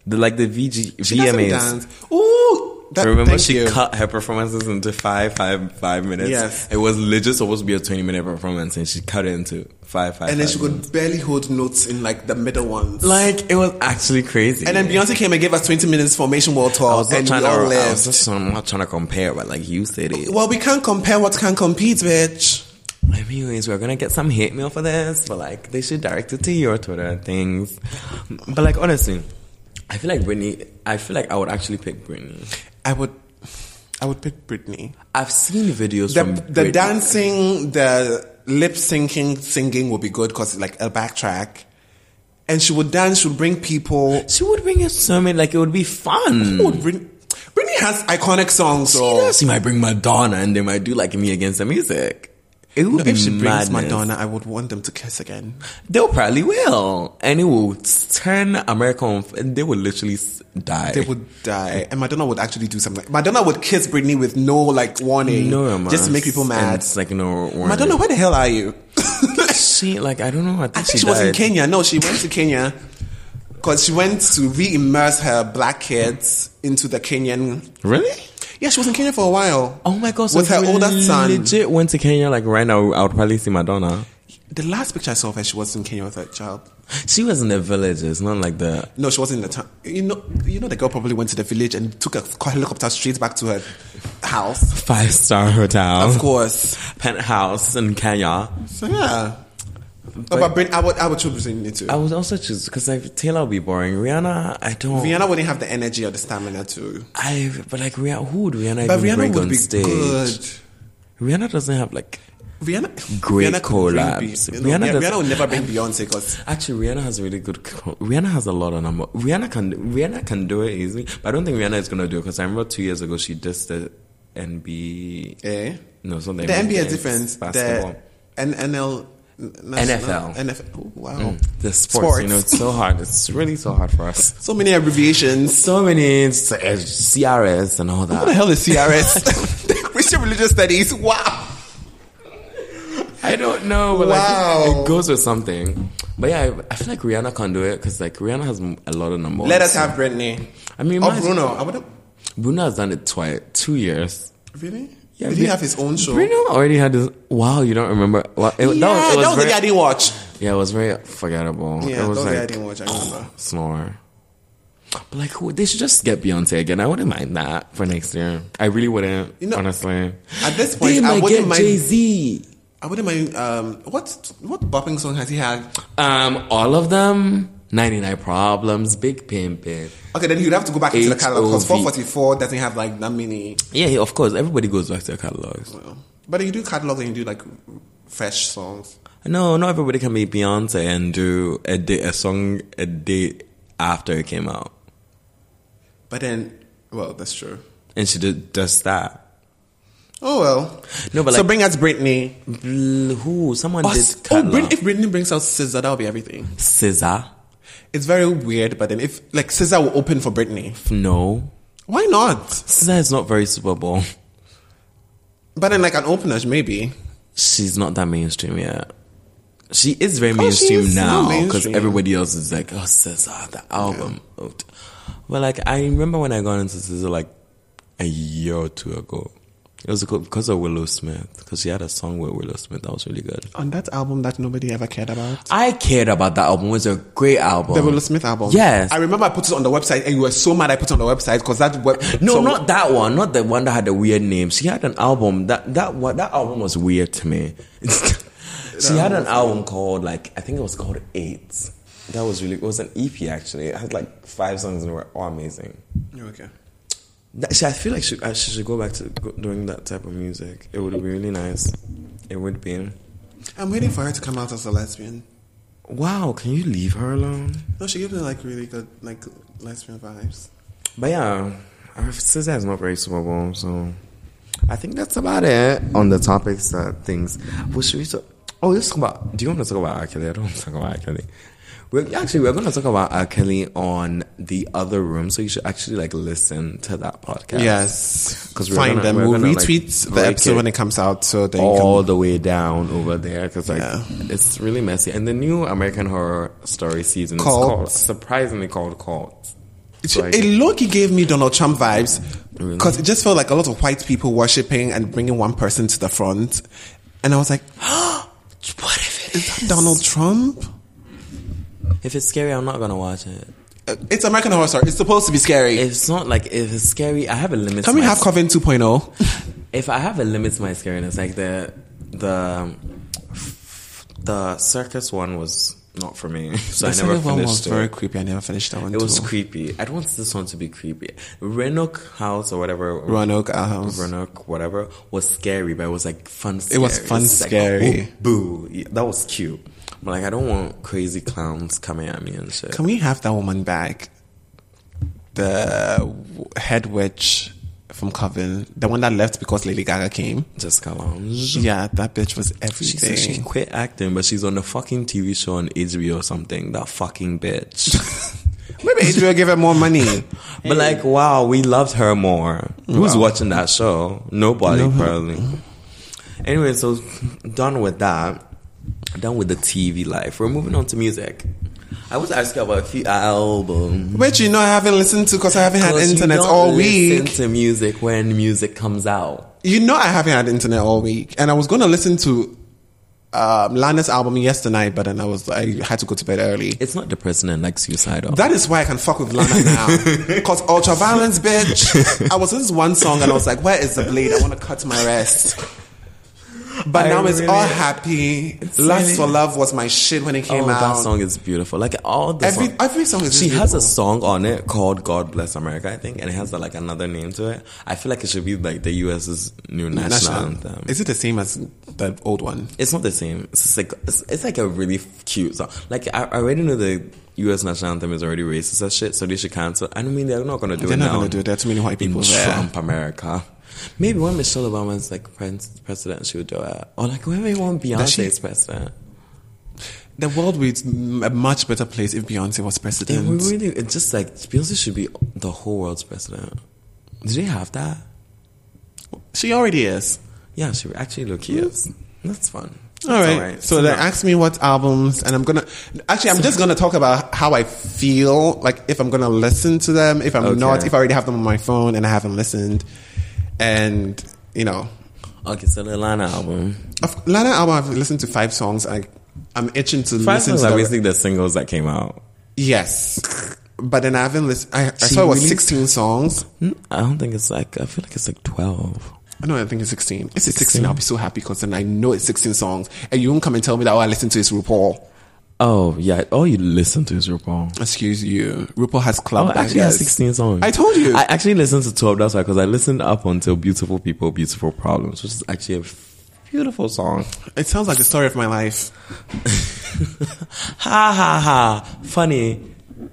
B: The like the VG
A: she doesn't
B: VMAs.
A: dance. Ooh, that,
B: Remember,
A: thank
B: she
A: you.
B: cut her performances into five, five, five minutes.
A: Yes.
B: it was legit supposed to be a 20 minute performance, and she cut it into five, five,
A: and then
B: five
A: she
B: minutes.
A: could barely hold notes in like the middle ones.
B: like it was actually crazy.
A: and then Beyonce came and gave us 20 minutes formation world tour,
B: I was not
A: and we
B: trying to.
A: all
B: I was
A: lived.
B: just, I'm not trying to compare, but like you said it.
A: Well, we can't compare what can compete, bitch.
B: Anyways, we're gonna get some hate mail for this, but like they should direct it to your Twitter and things. But like honestly, I feel like Britney. I feel like I would actually pick Britney.
A: I would, I would pick Britney.
B: I've seen videos
A: The,
B: from
A: the
B: Britney.
A: dancing, the lip syncing, singing will be good because like a backtrack, and she would dance. She would bring people.
B: She would bring a sermon like it would be fun.
A: Oh, Britney, Britney has iconic songs.
B: She
A: though.
B: does. She might bring Madonna, and they might do like me against the music. It would
A: No,
B: be
A: if she brings
B: madness.
A: Madonna, I would want them to kiss again.
B: They'll probably will, and it will turn America on. f- And they will literally s- die.
A: They would die, and Madonna would actually do something. Madonna would kiss Britney with no like warning,
B: no romance.
A: just to make people
B: And
A: mad.
B: it's like no. warning.
A: Madonna, where the hell are you?
B: She like I don't know. I think
A: I
B: she,
A: think she was in
B: died.
A: Kenya. No, she went to Kenya because she went to re-immerse her black kids into the Kenyan.
B: Really?
A: Yeah, she was in Kenya for a while.
B: Oh my gosh!
A: With
B: so
A: her
B: you
A: older son.
B: legit went to Kenya. Like right now, I would probably see Madonna.
A: The last picture I saw of her, she was in Kenya with her child.
B: She was in the villages, not like the.
A: No, she wasn't in the town. You know, you know, the girl probably went to the village and took a helicopter straight back to her house.
B: Five star hotel,
A: Of course.
B: penthouse in Kenya.
A: So yeah. But, but Brit- I would, I would choose Britney too.
B: I would also choose because like Taylor would be boring. Rihanna, I don't.
A: Rihanna wouldn't have the energy or the stamina to.
B: I but like Rihanna, who would Rihanna
A: But
B: even
A: Rihanna
B: bring
A: would
B: on
A: be
B: stage?
A: good.
B: Rihanna doesn't have like.
A: Rihanna,
B: Great
A: Rihanna could bring
B: collabs.
A: Be-
B: Rihanna
A: Rihanna,
B: does-
A: Rihanna would never bring Beyonce because
B: Actually, Rihanna has really good. co- Rihanna has a lot of number. Rihanna can Rihanna can do it easily, but I don't think Rihanna is gonna do it because I remember two years ago she dissed the NB.
A: eh?
B: No, it's not
A: the
B: the,
A: NBA is
B: it's
A: different.
B: Basketball.
A: The N- NL,
B: NFL.
A: NFL. Oh, wow.
B: The sports, you know, it's so hard. It's really so hard for us.
A: So many abbreviations.
B: So many it's, uh, CRS and all
A: What the
B: that.
A: hell is CRS? Christian religious studies. Wow.
B: I don't know, but like
A: Wow.
B: it goes with something. But yeah, I, I feel like Rihanna can do it because like Rihanna has m- a lot of number.
A: Let
B: ones.
A: us have Britney.
B: I mean,
A: Or
B: imagine-
A: Bruno. I would have.
B: Bruno has done it twice, two years.
A: Really?
B: Yeah,
A: Did he
B: Bri-
A: have his own show?
B: Bruno already had his. Wow, you don't remember? Well,
A: yeah,
B: it, that was, it was
A: the
B: very,
A: day I didn't watch.
B: Yeah, it was very forgettable.
A: Yeah,
B: it
A: that
B: was
A: was the day I
B: like
A: didn't watch. I remember.
B: snore. But like, who- they should just get Beyonce again. I wouldn't mind that for next year. I really wouldn't,
A: You know-
B: honestly.
A: At this
B: They
A: point, I
B: might
A: wouldn't
B: get
A: mind.
B: Jay Z.
A: I wouldn't mind. Um, what what bopping song has he had?
B: Um, all of them. 99 problems, big pimpin.
A: Okay, then he'd have to go back into the catalog because
B: H O V.
A: 444 doesn't have like that many.
B: Yeah, of course, everybody goes back to their catalogs.
A: But you do catalogs and you do like fresh songs.
B: No, not everybody can be Beyonce and do a day, a song a day after it came out,
A: But then, well, that's true.
B: and she did just that.
A: Oh well.
B: No, but
A: so
B: like-
A: bring us Britney.
B: Bl- Who? Someone
A: Oh,
B: did.
A: Brit-
B: Catalog.
A: if Britney brings out SZA, that'll be everything.
B: SZA?
A: It's very weird, but then if like SZA will open for Britney,
B: No,
A: why not?
B: SZA is not very Super Bowl.
A: But then like an opener, maybe.
B: She's not that mainstream yet. She is very
A: Course she
B: mainstream
A: is
B: now
A: so
B: because
A: mainstream.
B: everybody else is like, oh, SZA, the album. Oh, t- But like, I remember when I got into SZA like a year or two ago. It was because of Willow Smith because she had a song with Willow Smith that was really good.
A: On that album that nobody ever cared about,
B: I cared about that album. It was a great album.
A: the Willow Smith album.
B: Yes.
A: I remember I put it on the website, and you were so mad I put it on the website because that web.
B: no,
A: so-
B: not that one. Not the one that had the weird name. She had an album that that one, that album was weird to me. she had an album called like I think it was called Eight. That was really it was an EP actually. It had like five songs and they were all amazing.
A: Okay.
B: That, she, I feel like she, I, she should go back to go, doing that type of music. It would be really nice. It would be.
A: I'm waiting for her to come out as a lesbian.
B: Wow, can you leave her alone?
A: No, she gives me like really good like lesbian vibes.
B: But yeah, SZA is not very Super Bowl, so I think that's about it on the topics that things. What should we talk? Oh, let's talk about. Do you want to talk about R. Kelly? I don't want to talk about R. Kelly. We're, actually, we're going to talk about R. Kelly on the other room, so you should actually like listen to that podcast.
A: Yes,
B: 'Cause we're
A: find
B: gonna-
A: them.
B: we're
A: We'll
B: gonna, like,
A: retweet the
B: break
A: episode
B: it.
A: when it comes out, so then you
B: all
A: can.
B: the way down over there because like
A: Yeah.
B: it's really messy. And the new American Horror Story season
A: Cult.
B: is called surprisingly called Cult.
A: It,
B: So I
A: it low-key gave me Donald Trump vibes because it just felt like a lot of white people worshiping and bringing one person to the front, and I was like,
B: What if
A: "Is that Donald Trump?"
B: If it's scary, I'm not gonna watch it.
A: Uh, It's American Horror Story. It's supposed to be scary.
B: It's not like if it's scary. I have a limit.
A: Can
B: to
A: we
B: my-
A: have Coven oh. 2.0?
B: if I have a limit to my scariness, like the the the circus one was not for me, so I never
A: second one
B: finished
A: was
B: it.
A: very creepy. I never finished that one.
B: it was
A: too.
B: creepy. I don't want this one to be creepy. Renook House or whatever.
A: Roanoke uh, House.
B: Renook, whatever, was scary, but it was like fun. Scary.
A: was fun
B: It's like,
A: scary.
B: oh, boo, Yeah, that was cute. But like, I don't want crazy clowns coming at me and shit.
A: Can we have that woman back? The w- head witch from Coven, the one that left because Lady Gaga came.
B: Jessica Lange.
A: Yeah, that bitch was
B: She said she
A: everything.
B: quit acting, but she's on the fucking TV show on HBO or something. That fucking bitch.
A: Maybe Israel gave her more money.
B: but like, wow, we loved her more. Who's watching that show? Nobody, probably. Anyway, so done with that. Done with the TV life. We're moving on to music. I was asking about a few albums.
A: Which you know I haven't listened to because I haven't had internet all week.
B: Listen to music when music comes out.
A: You know I haven't had internet all week, and I was going to listen to um, Lana's album yesterday, but then I was I had to go to bed early.
B: It's not depressing and like suicidal.
A: That is why I can fuck with Lana now, cause ultra violence, bitch. I was in this one song and I was like, "Where is the blade? I want to cut my wrist." But
B: I
A: now it's
B: really-
A: all happy. Lust for love was my shit when it came
B: oh,
A: out.
B: that song is beautiful. Like all the
A: Every
B: song-
A: every song is.
B: She
A: just
B: has a
A: beautiful.
B: song on it called "God Bless America," I think, and it has like another name to it. I feel like it should be like the U.S.'s new national,
A: National.
B: anthem.
A: Is it the same as the old one?
B: It's not the same. It's just like it's, it's like a really f- cute song. Like I, I already know the U.S. national anthem is already racist as shit, so they should cancel. I don't mean they're not gonna do
A: They're
B: it
A: not
B: now.
A: gonna do it. There are too many white people
B: in
A: there.
B: Trump America. Maybe when Michelle Obama's like pres- president, she would do it, or like whenever you want Beyonce's
A: she-
B: president.
A: The world would be a much better place if Beyonce was
B: It
A: president.
B: would really, it's just like Beyonce should be the whole world's president. Do they have that?
A: She already is.
B: Yeah, she actually look he is. That's fun. That's
A: All right. So they asked me what albums, and I'm gonna actually I'm just gonna talk about how I feel, like if I'm gonna listen to them, if I'm
B: Okay.
A: not, if I already have them on my phone and I haven't listened, and you know,
B: okay, so the Lana album.
A: of Lana album I've listened to five songs. I I'm itching to
B: Five
A: listen
B: songs
A: to
B: are
A: the-
B: basically the singles that came out.
A: Yes, but then I haven't listened. I, I
B: She
A: saw it was
B: really-
A: 16 songs.
B: Mm, I don't think it's like. I feel like it's like twelve.
A: No, I think it's 16. If it's 16,
B: 16.
A: I'll be so happy because then I know it's 16 songs. And you won't come and tell me that all I listen to is RuPaul.
B: Oh yeah, all you listen to is RuPaul.
A: Excuse you. RuPaul has club
B: Oh, actually, it has
A: bangers.
B: sixteen songs.
A: I told you.
B: I actually listened to twelve. That's why, because I listened up until "Beautiful People, Beautiful Problems," which is actually a beautiful song.
A: it sounds like the story of my life.
B: Ha ha ha! Funny.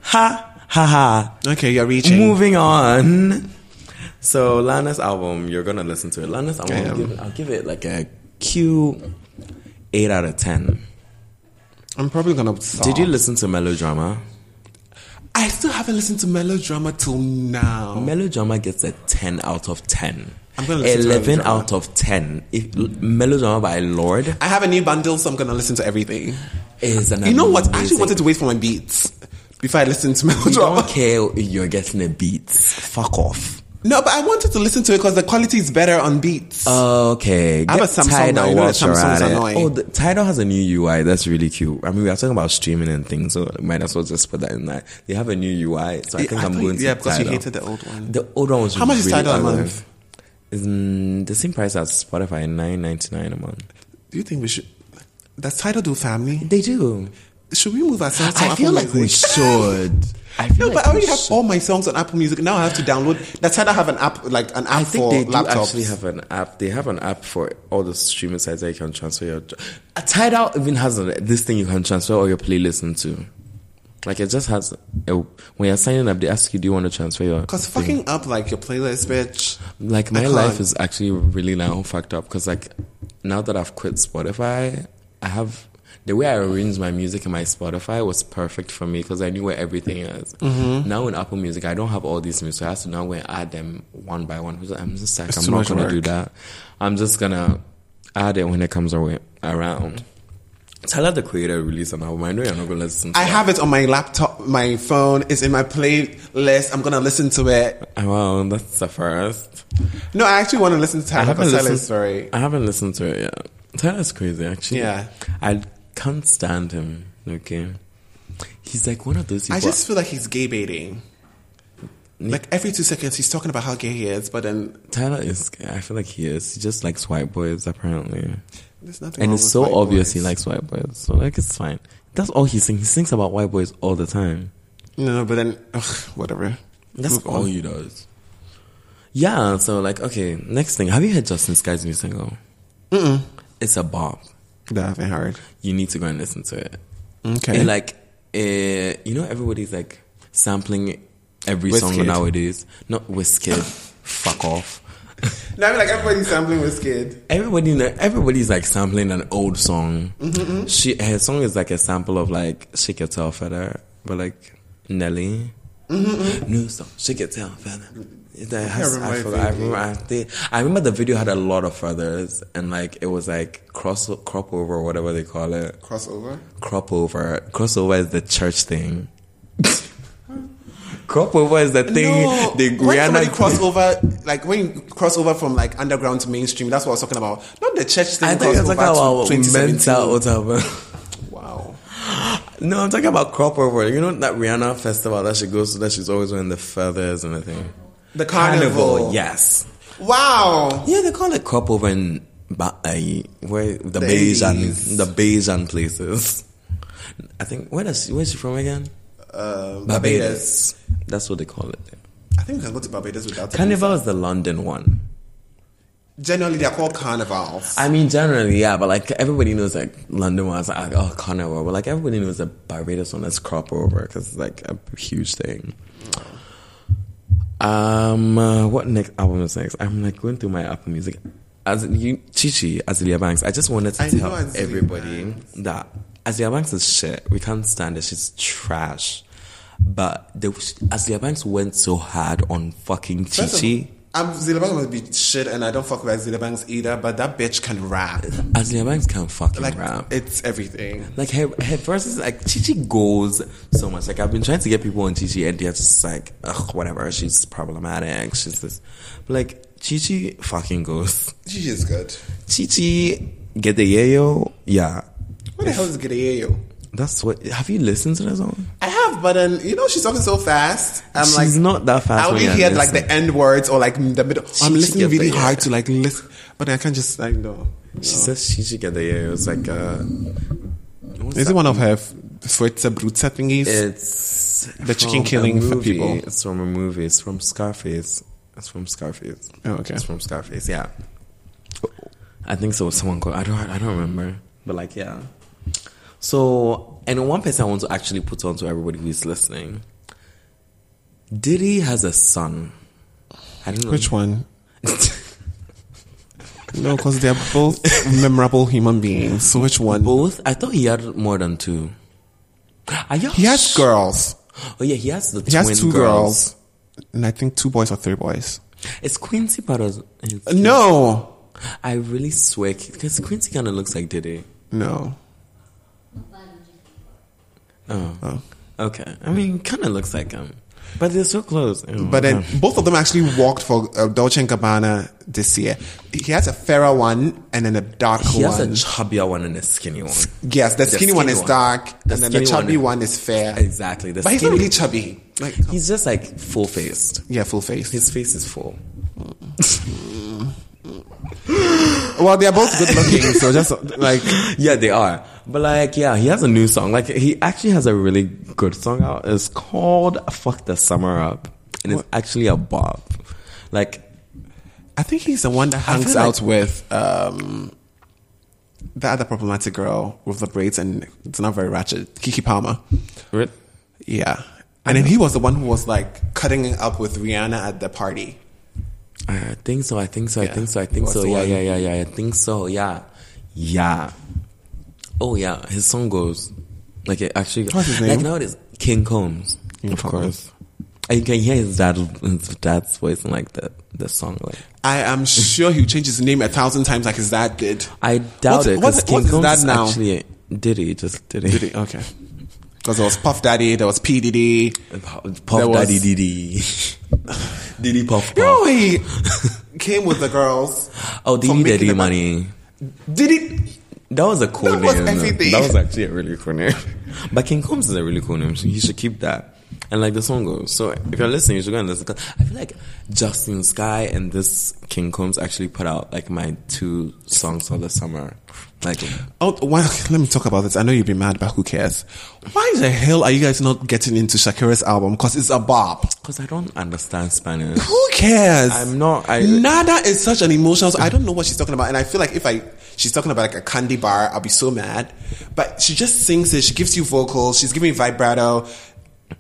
B: Ha ha ha!
A: Okay, you're reaching.
B: Moving on. So Lana's album, you're gonna listen to it. Lana's album,
A: I
B: I'll
A: am.
B: give, it- I'll give it like a cute eight out of ten.
A: I'm probably gonna. Stop.
B: Did you listen to Melodrama?
A: I still haven't listened to melodrama till now.
B: Melodrama gets a ten out of ten.
A: I'm gonna listen to
B: eleven
A: Melodrama.
B: out of ten. If Melodrama by Lord
A: I have a new bundle, so I'm gonna listen to everything.
B: is an
A: You know what? I
B: amazing-
A: actually wanted to wait for my beats before I listened to
B: You don't
A: melodrama.
B: care if you're getting a beat. Fuck off.
A: No, but I wanted to listen to it because the quality is better on beats.
B: Uh, Oh, Okay,
A: I have
B: get
A: a Samsung
B: Tidal
A: now. You know that
B: watch
A: Samsung's
B: around it.
A: annoying.
B: Oh, the, Tidal has a new UI that's really cute. I mean, we are talking about streaming and things, so might as well just put that in there. They have a new UI, so I
A: Yeah,
B: think
A: I
B: I'm
A: thought-
B: going to
A: yeah, because you
B: Tidal.
A: hated the old one.
B: The old one was
A: How much is
B: really
A: Tidal a
B: ugly.
A: month?
B: It's mm, the same price as Spotify, nine ninety nine a month.
A: Do you think we should? Does title do family?
B: They do.
A: Should we move ourselves? To Apple Music?
B: should. I
A: No,
B: feel like
A: but I
B: we
A: already have
B: should.
A: all my songs on Apple Music. Now I have to download. Does title have an app like an app
B: I think
A: for
B: they do
A: laptops?
B: actually have an app. They have an app for all the streaming sites that you can transfer your. Uh, Tidal even has a, this thing you can transfer all your playlists into. Like it just has a, when you're signing up, they ask you, "Do you want to transfer your?"
A: Cause
B: thing?
A: fucking up like your playlist, bitch.
B: like my
A: can't.
B: life is actually really now fucked up because like now that I've quit Spotify, I have the way I arranged my music in my Spotify was perfect for me because I knew where everything is.
A: Mm-hmm.
B: Now in Apple Music, I don't have all these music, so I have to now go and add them one by one. I'm just like,
A: too
B: I'm not
A: much
B: gonna do
A: work.
B: that. I'm just gonna add it when it comes away, around. Tyler the Creator released an album. I know you're not gonna listen. To
A: I
B: it.
A: have it on my laptop, my phone. It's in my playlist. I'm gonna listen to it.
B: Well, that's the first.
A: No, I actually want to listen to
B: I
A: Tyler.
B: haven't
A: Cause Tyler
B: listened.
A: is very.
B: I haven't listened to it yet. Tyler's crazy, actually.
A: Yeah.
B: I can't stand him. Okay, he's like one of those. People
A: I just feel like he's gay baiting. Like every two seconds, he's talking about how gay he is, but then
B: Tyler is. I feel like he is. He just likes white boys, apparently,
A: there's nothing.
B: and
A: wrong
B: it's
A: with
B: so
A: white
B: obvious
A: boys.
B: he likes white boys. So like, it's fine. That's all he sings. He sings about white boys all the time.
A: No, but then ugh, whatever.
B: That's
A: Move
B: all
A: on.
B: he does. Yeah. So like, okay. Next thing, have you heard Justin Sky's new single? Mm. It's a bop.
A: that I haven't heard.
B: You need to go and listen to it.
A: Okay.
B: And like, uh, you know, everybody's like sampling every
A: Wizkid.
B: song nowadays. Not Wizkid. Fuck off.
A: now I mean, like everybody's sampling with kid.
B: Everybody, everybody's like sampling an old song.
A: Mm-hmm.
B: She, her song is like a sample of like Shake Your Tail Feather, but like Nelly. New song, shake it down, fella. It
A: Mm-hmm.
B: has-
A: remember
B: I
A: it
B: forgot- I
A: vaguely.
B: remember. I think- I remember the video had a lot of feathers and like it was like cross crop over, whatever they call it.
A: Crossover?
B: Crop over, crossover is the church thing. crop over is the thing. the
A: when somebody
B: Rihanna
A: cross over, like when you cross over from like underground to mainstream, that's what I was talking about. Not the church thing.
B: I think it's
A: crossover
B: like about
A: to 2017.
B: mental or whatever.
A: Wow.
B: No, I'm talking about crop over. You know that Rihanna festival that she goes to that she's always wearing the feathers and the thing.
A: The carnival.
B: yes.
A: Wow.
B: Yeah, they call it crop over in ba- uh, where the Bayesian
A: Bays.
B: the Bayesian places. I think where does where's she from again?
A: Uh,
B: That's what they call it. there.
A: I think we can go to Barbados without a
B: Carnival is the London one.
A: visa. Generally, they're called carnivals.
B: I mean, generally, yeah, but like everybody knows like London ones, like oh Carnival, but like everybody knows the Barbados one that's crop over because it's like a huge thing. Um, uh, what next album is next? I'm like going through my Apple Music. As you, Chichi, Azealia Banks. I just wanted to
A: I
B: tell
A: know Azealia
B: everybody that Azealia Banks is shit. We can't stand it. She's trash. But the, Azealia Banks went so hard on fucking
A: First of-
B: Chichi.
A: I'm Zila Banks must be shit, and I don't fuck with Zila Banks either. But that bitch can rap.
B: Azealia Banks can't fucking
A: Like
B: rap.
A: it's everything.
B: Like her, her verses, like Chichi goes so much. Like I've been trying to get people on Chichi, and they're just like, ugh, whatever. She's problematic. She's this, but like Chichi fucking goes.
A: She is good.
B: Chichi get the yayo, yeah.
A: What the hell is Gideyo?
B: That's what. Have you listened to that song?
A: I have, but then you know she's talking so fast. I'm
B: She's
A: like
B: not that fast.
A: I only
B: when you
A: hear
B: listen.
A: like the end words or like the middle. I'm
B: she
A: listening
B: gets
A: really
B: the-
A: hard to like listen, but I can't just like no.
B: She says Chichi get the yayo. It's like uh, what's
A: Is
B: that?
A: it one of her Fritza Brutza thingies?
B: It's
A: The chicken
B: from a
A: killing for
B: movie.
A: people.
B: It's from a movie. It's from Scarface. It's from Scarface.
A: Oh, okay.
B: It's from Scarface. Yeah. I think so. Someone called. I don't. I don't remember. But like, yeah. So, and one person I want to actually put on to everybody who is listening. Diddy has a son. I don't know
A: Which one? No, because they're both memorable human beings. So which one?
B: Both. I thought he had more than two. Are you
A: He has girls.
B: Oh yeah, he has the
A: He has
B: twin
A: two
B: girls.
A: girls. and I think two boys or three boys.
B: Is Quincy part of? his-
A: No,
B: I really swear, because Quincy kind of looks like Diddy.
A: no.
B: Oh,
A: Oh.
B: okay. I mean, kind of looks like him, but they're so close. Oh,
A: But then
B: okay.
A: both of them actually walked for uh, Dolce and Gabbana this year. He has a fairer one and then a darker
B: he has
A: one.
B: a chubbier one and a skinny one.
A: yes, the skinny one
B: skinny
A: is
B: one.
A: dark,
B: The
A: and then the
B: skinny
A: chubby
B: one.
A: one, is fair.
B: Exactly. The
A: but he's not
B: skinny-
A: really chubby. Like
B: He's just like full faced.
A: yeah, full face.
B: His face is full.
A: Well, they are both good looking, so just like
B: Yeah, they are. But like, yeah, he has a new song. Like, he actually has a really good song out. It's called "Fuck the Summer Up," and it's actually a bop. Like,
A: I think he's the one that hangs
B: feel like-
A: out with um the other problematic girl with the braids, and it's not very ratchet. Kiki Palmer.
B: re-
A: Yeah. And then he was the one who was like cutting it up with Rihanna at the party.
B: Uh, I think so. I think so. I
A: Yeah.
B: think so. I think
A: What's
B: so.
A: the
B: Yeah,
A: one?
B: yeah, yeah, yeah. I think so. Yeah, yeah. Oh yeah, his song goes like it actually.
A: What's his
B: Like
A: name?
B: nowadays, King Combs,
A: King
B: of
A: Combs.
B: course. And you can hear his dad, his dad's voice in like the the song. Like
A: I am sure he'll change his name a thousand times like his dad did.
B: I
A: What's-
B: doubt it
A: what's-
B: because King
A: what's his
B: Combs
A: dad
B: is
A: now?
B: actually did he just did
A: Did
B: he?
A: he? Okay. Because there was Puff Daddy, there was P Diddy. There
B: Puff
A: was-
B: Daddy Diddy, Diddy Puff
A: You know
B: Puff.
A: he came with the girls.
B: Oh,
A: for
B: Diddy
A: making
B: Diddy
A: them-
B: Money.
A: Did it?
B: That was a cool
A: That was
B: name. though.
A: everything.
B: That was actually a really cool name. But King Combs is a really cool name, so he should keep that. And like the song goes. So if you're listening, you should go and listen. 'Cause I feel like Justin Sky and this King Combs actually put out like my two songs for the summer. Like
A: Oh, why, let me talk about this. I know you'll be mad, but who cares? Why the hell are you guys not getting into Shakira's album? Because it's a bop.
B: because I don't understand Spanish.
A: Who cares?
B: I'm not I
A: Nada is such an emotional. I don't know what she's talking about, and I feel like if I she's talking about like a candy bar, I'll be so mad. But she just sings it. She gives you vocals. She's giving you vibrato.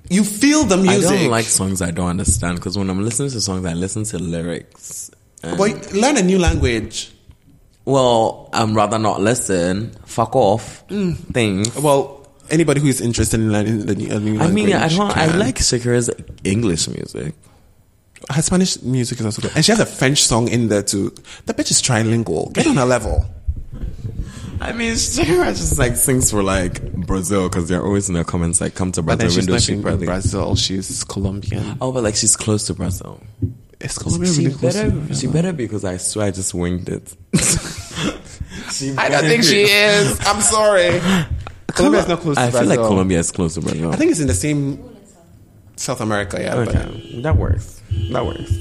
A: You feel the
B: I
A: music.
B: don't like songs I don't understand because when I'm listening to songs I listen to lyrics. And,
A: But learn a new language.
B: well, I'm rather not listen. Fuck off.
A: Mm.
B: Things.
A: Well, anybody who is interested in learning the new, a new
B: I
A: language.
B: mean, I don't. I
A: can.
B: like Shakira's English music.
A: Her Spanish music is also good. And she has a French song in there too. The bitch is trilingual. Get on her level.
B: I mean, Sarah just like sings for like Brazil because they're always in the comments like, "Come to
A: But then
B: Brazil."
A: she's
B: Window
A: not
B: she
A: from
B: probably-
A: Brazil. She's Colombian.
B: Oh, but like she's close to Brazil.
A: Is Colombia
B: she
A: really close
B: better,
A: to
B: She better because I swear I just winged it. She
A: I don't
B: better
A: think
B: be.
A: she is. I'm sorry. Colombia is not close to
B: I feel
A: Brazil.
B: like Colombia is close to Brazil.
A: I think it's in the same South America, yeah. But,
B: okay, that works. That works.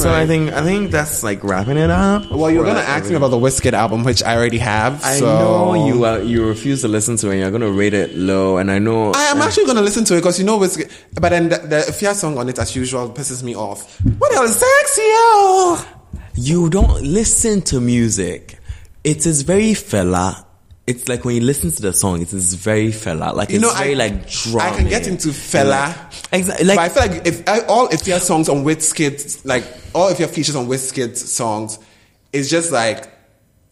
B: So I think I think that's like wrapping it up.
A: well, you're
B: for
A: gonna
B: us.
A: ask me about the Whisked album, which I already have.
B: I
A: so-
B: know you uh, you refuse to listen to it. You're gonna rate it low, and I know
A: I am actually gonna listen to it because you know Whisked. But then the, the Fia song on it, as usual, pisses me off. What else, sexy? oh?
B: you don't listen to music. It is very fella. It's like when you listen to the song, it is very fella. Like it's
A: know, I-
B: very like drumming.
A: I can get into fella.
B: Exactly.
A: but I
B: Like
A: feel like if I, all if your songs on Wizkid, like all if your features on Wizkid songs, it's just like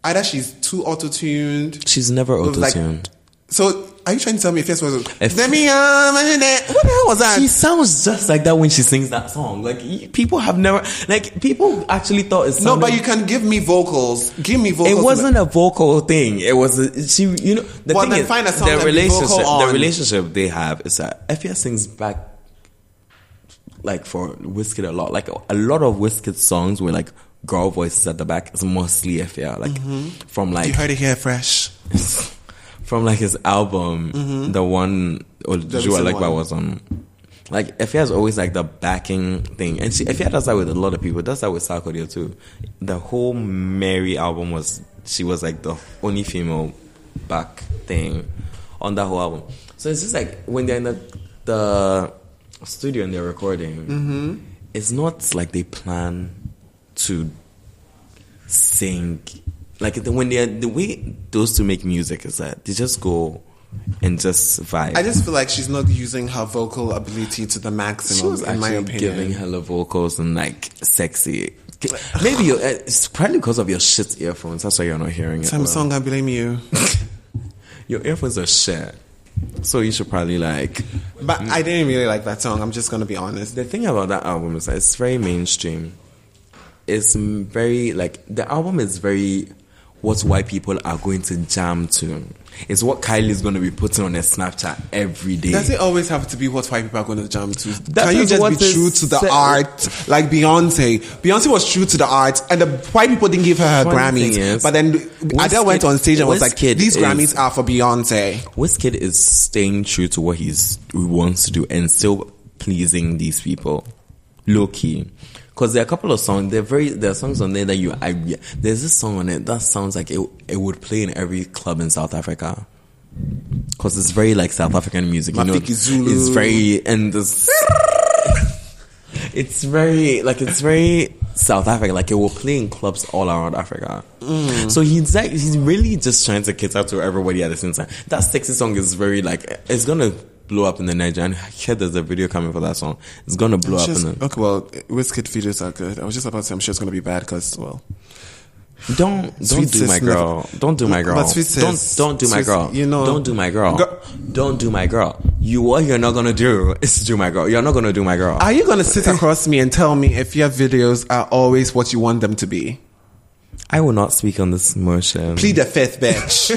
A: either she's too auto tuned.
B: she's never
A: Like,
B: auto-tuned.
A: so are you trying to tell me if this was?
B: If-
A: Let me um, and then- what the hell was that?
B: She sounds just like that when she sings that song. Like y- people have never, like people actually thought it's
A: no, but you can give me vocals. Give me vocals.
B: It wasn't a vocal thing. It was a, she. You know the
A: Well,
B: thing
A: then
B: is
A: find a song
B: their
A: and be vocal
B: relationship.
A: on.
B: The relationship they have is that Effia sings back, like for Whiskey a lot. Like a lot of Whiskey songs were like girl voices at the back. It's mostly Effia. Like from like
A: Mm-hmm. You heard it here fresh.
B: from like his album, the one or Jua
A: Mm-hmm. recent
B: Legba
A: one.
B: was on. Like Effia is always like the backing thing, and she Effia does that with a lot of people. Does that with Sarkodio too. The whole Mary album was she was like the only female back thing on that whole album. So it's just like when they're in the, the studio and they're recording,
A: Mm-hmm.
B: it's not like they plan to sing. Like the, when they are the way those two make music is that they just go and just vibe.
A: I just feel like she's not using her vocal ability to the maximum.
B: she was
A: in my
B: actually
A: opinion.
B: giving hella vocals and like sexy. Maybe you're, uh, it's probably because of your shit earphones. That's why you're not hearing it. well.
A: Samsung, I blame you.
B: Your earphones are shit, so you should probably like.
A: But I didn't really like that song. I'm just gonna be honest.
B: The thing about that album is that it's very mainstream. It's m- very like the album is very what white people are going to jam to. It's what Kylie's going to be putting on her Snapchat every day.
A: Does it always have to be what white people are going to jump to?
B: That
A: Can you
B: is
A: just
B: what
A: be
B: is
A: true to the
B: said.
A: art, like Beyonce? Beyonce was true to the art, and the white people didn't give her her
B: Funny thing
A: Grammys.
B: is,
A: but then Adele went
B: Wizkid-
A: on stage and was like,
B: Wizkid
A: "These
B: is-
A: Grammys are for Beyonce."
B: Wizkid is staying true to what he's he wants to do and still pleasing these people, low key. Because there are a couple of songs. They're very there are songs on there that you. I, there's this song on it that sounds like it it would play in every club in South Africa. Because it's very like South African music, you know.
A: Mafiki Zulu.
B: It's very and this. It's very like it's very South Africa. Like it will play in clubs all around Africa.
A: Mm.
B: So he's like he's really just trying to cater to everybody at the same time. That sexy song is very like it's gonna blow up in the Niger. And I hear there's a video coming for that song. It's gonna blow up
A: Just- uh,
B: in the
A: okay, well, Wizkid videos are good. I was just about to say, I'm sure it's going to be bad because, well,
B: don't don't
A: Sweet
B: do
A: sis
B: my
A: never-
B: girl. Don't do my
A: But
B: girl.
A: sweet sis-
B: don't don't do my
A: sweet-
B: girl.
A: you know-
B: don't do my girl.
A: Girl-
B: Don't do my girl. You what you're not gonna do is do my girl. You're not gonna do my girl.
A: are you going to sit across me and tell me if your videos are always what you want them to be?
B: I will not speak on this motion.
A: Plead the fifth, bitch.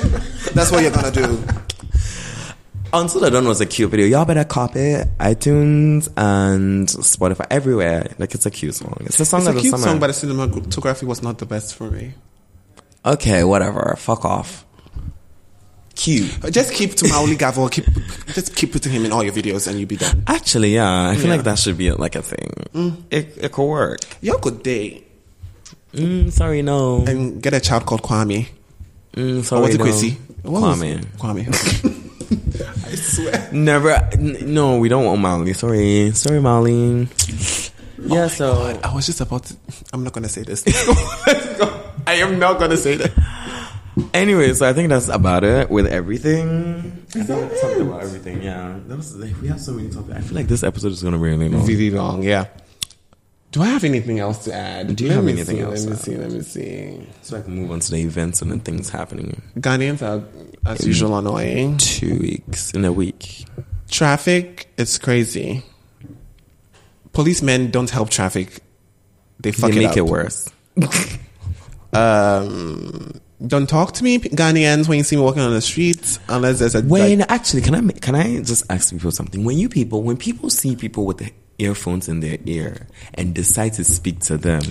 A: That's what you're going to do.
B: Until the Dawn was a cute video. Y'all better cop it. iTunes and Spotify everywhere. Like it's a cute song. It's a song
A: It's a
B: of the
A: cute
B: summer.
A: song, but the cinematography was not the best for me.
B: okay, whatever. Fuck off. Cute.
A: Just keep to Maoli Gavel. Keep just keep putting him in all your videos, and you'll be done.
B: Actually, yeah, I feel
A: Yeah.
B: like that should be like a thing. It it could work.
A: Y'all could date
B: Mm, sorry, no.
A: and get a child called Kwame.
B: Mm,
A: Or
B: sorry,
A: was it
B: no.
A: Kwesi? What was-
B: Kwame.
A: Oh, Kwame. okay. I swear.
B: Never. N- no, we don't want Molly. Sorry, sorry, Molly.
A: Oh
B: Yeah. so
A: I was just about to. I'm not gonna say this. I am not gonna say that.
B: Anyway, so I think that's about it with everything. I think we talked about everything. Yeah, that was, like, we have so many topics. I feel like this episode is gonna be really long.
A: Really long, yeah. Do I have anything else to add?
B: Do you
A: Let
B: have
A: me
B: anything
A: see,
B: else
A: Let me
B: to
A: see. Let me see.
B: So I can move on to the events and the things happening.
A: Ghanaians are, as usual, annoying.
B: Two weeks in a week.
A: Traffic, it's crazy. policemen don't help traffic. They fuck
B: they
A: it
B: make
A: up.
B: it worse.
A: Um, don't talk to me, Ghanaians, when you see me walking on the streets, unless there's a
B: When
A: like,
B: actually, can I ma- can I just ask people something? When you people, when people see people with the earphones in their ear and decide to speak to them,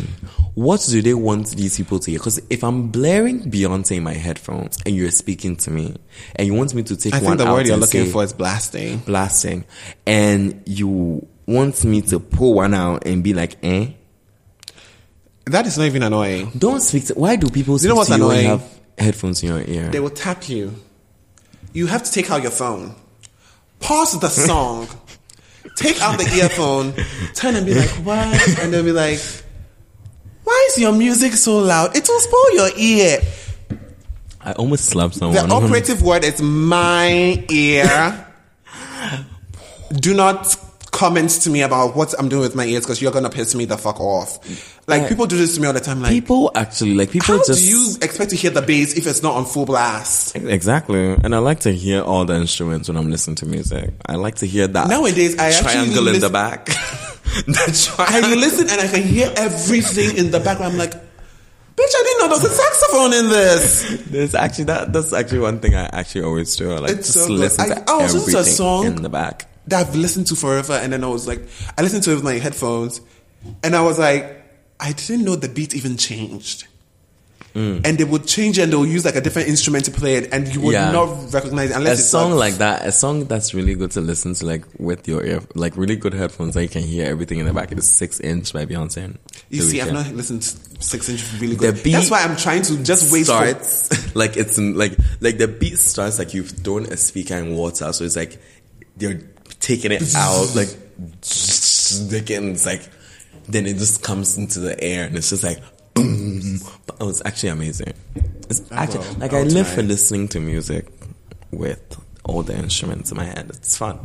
B: what do they want these people to hear? Because if I'm blaring Beyonce in my headphones and you're speaking to me and you want me to take
A: I
B: one
A: think the
B: out
A: word you're
B: and
A: looking
B: say,
A: for is blasting.
B: blasting, and you want me to pull one out and be like, eh,
A: That is not even annoying.
B: don't speak to. Why do people speak
A: You know what's
B: to you when you
A: annoying?
B: have headphones in your ear?
A: They will tap you. You have to take out your phone. Pause the song. take out the earphone. Turn and be like, what? And then be like, why is your music so loud? It will spoil your ear.
B: I almost slapped
A: The
B: someone.
A: operative word is my ear. Do not comment to me about what I'm doing with my ears because you're gonna piss me the fuck off. Like
B: Right.
A: people do this to me all the time. Like,
B: people actually like people
A: how
B: just
A: do you expect to hear the bass if it's not on full blast?
B: Exactly. And I like to hear all the instruments when I'm listening to music. I like to hear that.
A: Nowadays, I actually
B: triangle in the
A: listen-
B: back. the
A: I
B: triangle.
A: listen and I can hear everything in the background. I'm like, bitch, I didn't know there was a saxophone in this.
B: There's actually that. That's actually one thing I actually always do. I like
A: It's
B: just
A: so good.
B: listen
A: I-
B: to
A: I was listening
B: everything
A: to a song.
B: in the back.
A: That I've listened to forever, and then I was like, I listened to it with my headphones, and I was like, I didn't know the beat even changed.
B: Mm.
A: And they would change it and they'll use like a different instrument to play it, and you would
B: Yeah.
A: not recognize it
B: A
A: unless it's
B: song like that, a song that's really good to listen to, like with your ear, like really good headphones that you can hear everything in the back. It's Six Inch by Beyonce. and
A: You
B: The
A: see, I've
B: Weeknd.
A: not listened to Six Inch really
B: The
A: good. That's
B: beat
A: why I'm trying to just wait for
B: starts like it's like like the beat starts like you've thrown a speaker in water, so it's like they're taking it out, like again, it's like then it just comes into the air and it's just like boom. But it was actually amazing. It's actually
A: will.
B: like
A: I
B: I
A: will
B: live
A: Oh, try.
B: for listening to music with all the instruments in my head. It's fun.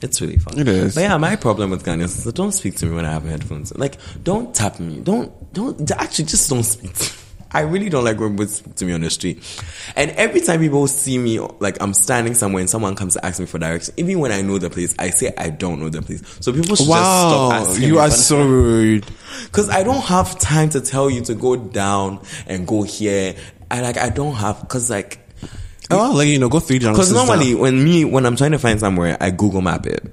B: It's really fun.
A: It is.
B: But yeah, my problem with Ghanaians is that don't speak to me when I have headphones. Like, don't tap me. Don't, don't, actually, just don't speak to me. I really don't like when people speak to me on the street. And every time people see me, like, I'm standing somewhere and someone comes to ask me for directions, even when I know the place, I say I don't know the place. So people should just stop asking me for-
A: rude.
B: Cause I don't have time to tell you to go down and go here. I like, I don't have, cause like,
A: Oh, I'll let you know. Go three junctions.
B: cause normally
A: down.
B: when me, when I'm trying to find somewhere, I Google map it.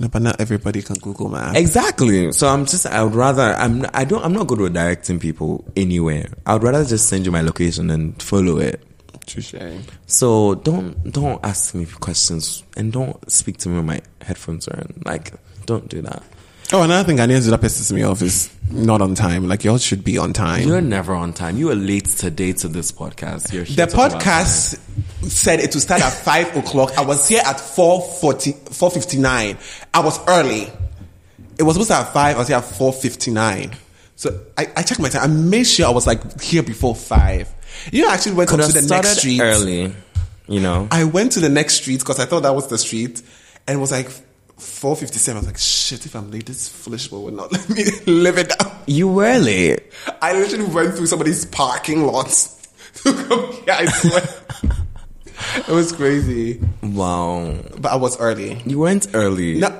A: no, but not everybody can Google Maps.
B: Exactly. So I'm just. I would rather. I'm. I don't. I'm not good with directing people anywhere. I would rather just send you my location and follow it. So don't don't ask me questions and don't speak to me when my headphones are in. Like don't do that.
A: Oh, another thing Ghanaians do that pisses me off is not on time. Like y'all should be on time.
B: You're never on time. You are late today to this podcast. You're here
A: the
B: to about
A: podcast said it would start at five o'clock. I was here at 440, 459. I was early. It was supposed to at five. I was here at four fifty nine. So I, I checked my time. I made sure I was like here before five. You know, I actually went
B: time.
A: up
B: Could
A: to
B: have
A: the next
B: started
A: street.
B: early. You know.
A: I went to the next street because I thought that was the street, and it was like four fifty seven. I was like, shit, if I'm late, this foolish boy would not let me live it down.
B: You were late.
A: I literally went through somebody's parking lot to come here. I swear, it was crazy.
B: Wow.
A: But I was early.
B: You weren't early.
A: No,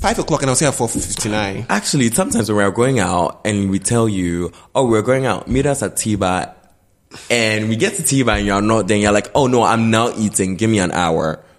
A: five o'clock, and I was here at four fifty nine.
B: Actually, sometimes when we're going out and we tell you, oh, we're going out, meet us at T-Bar, and we get to T-Bar and you're not, then you're like, oh no, I'm now eating, give me an hour.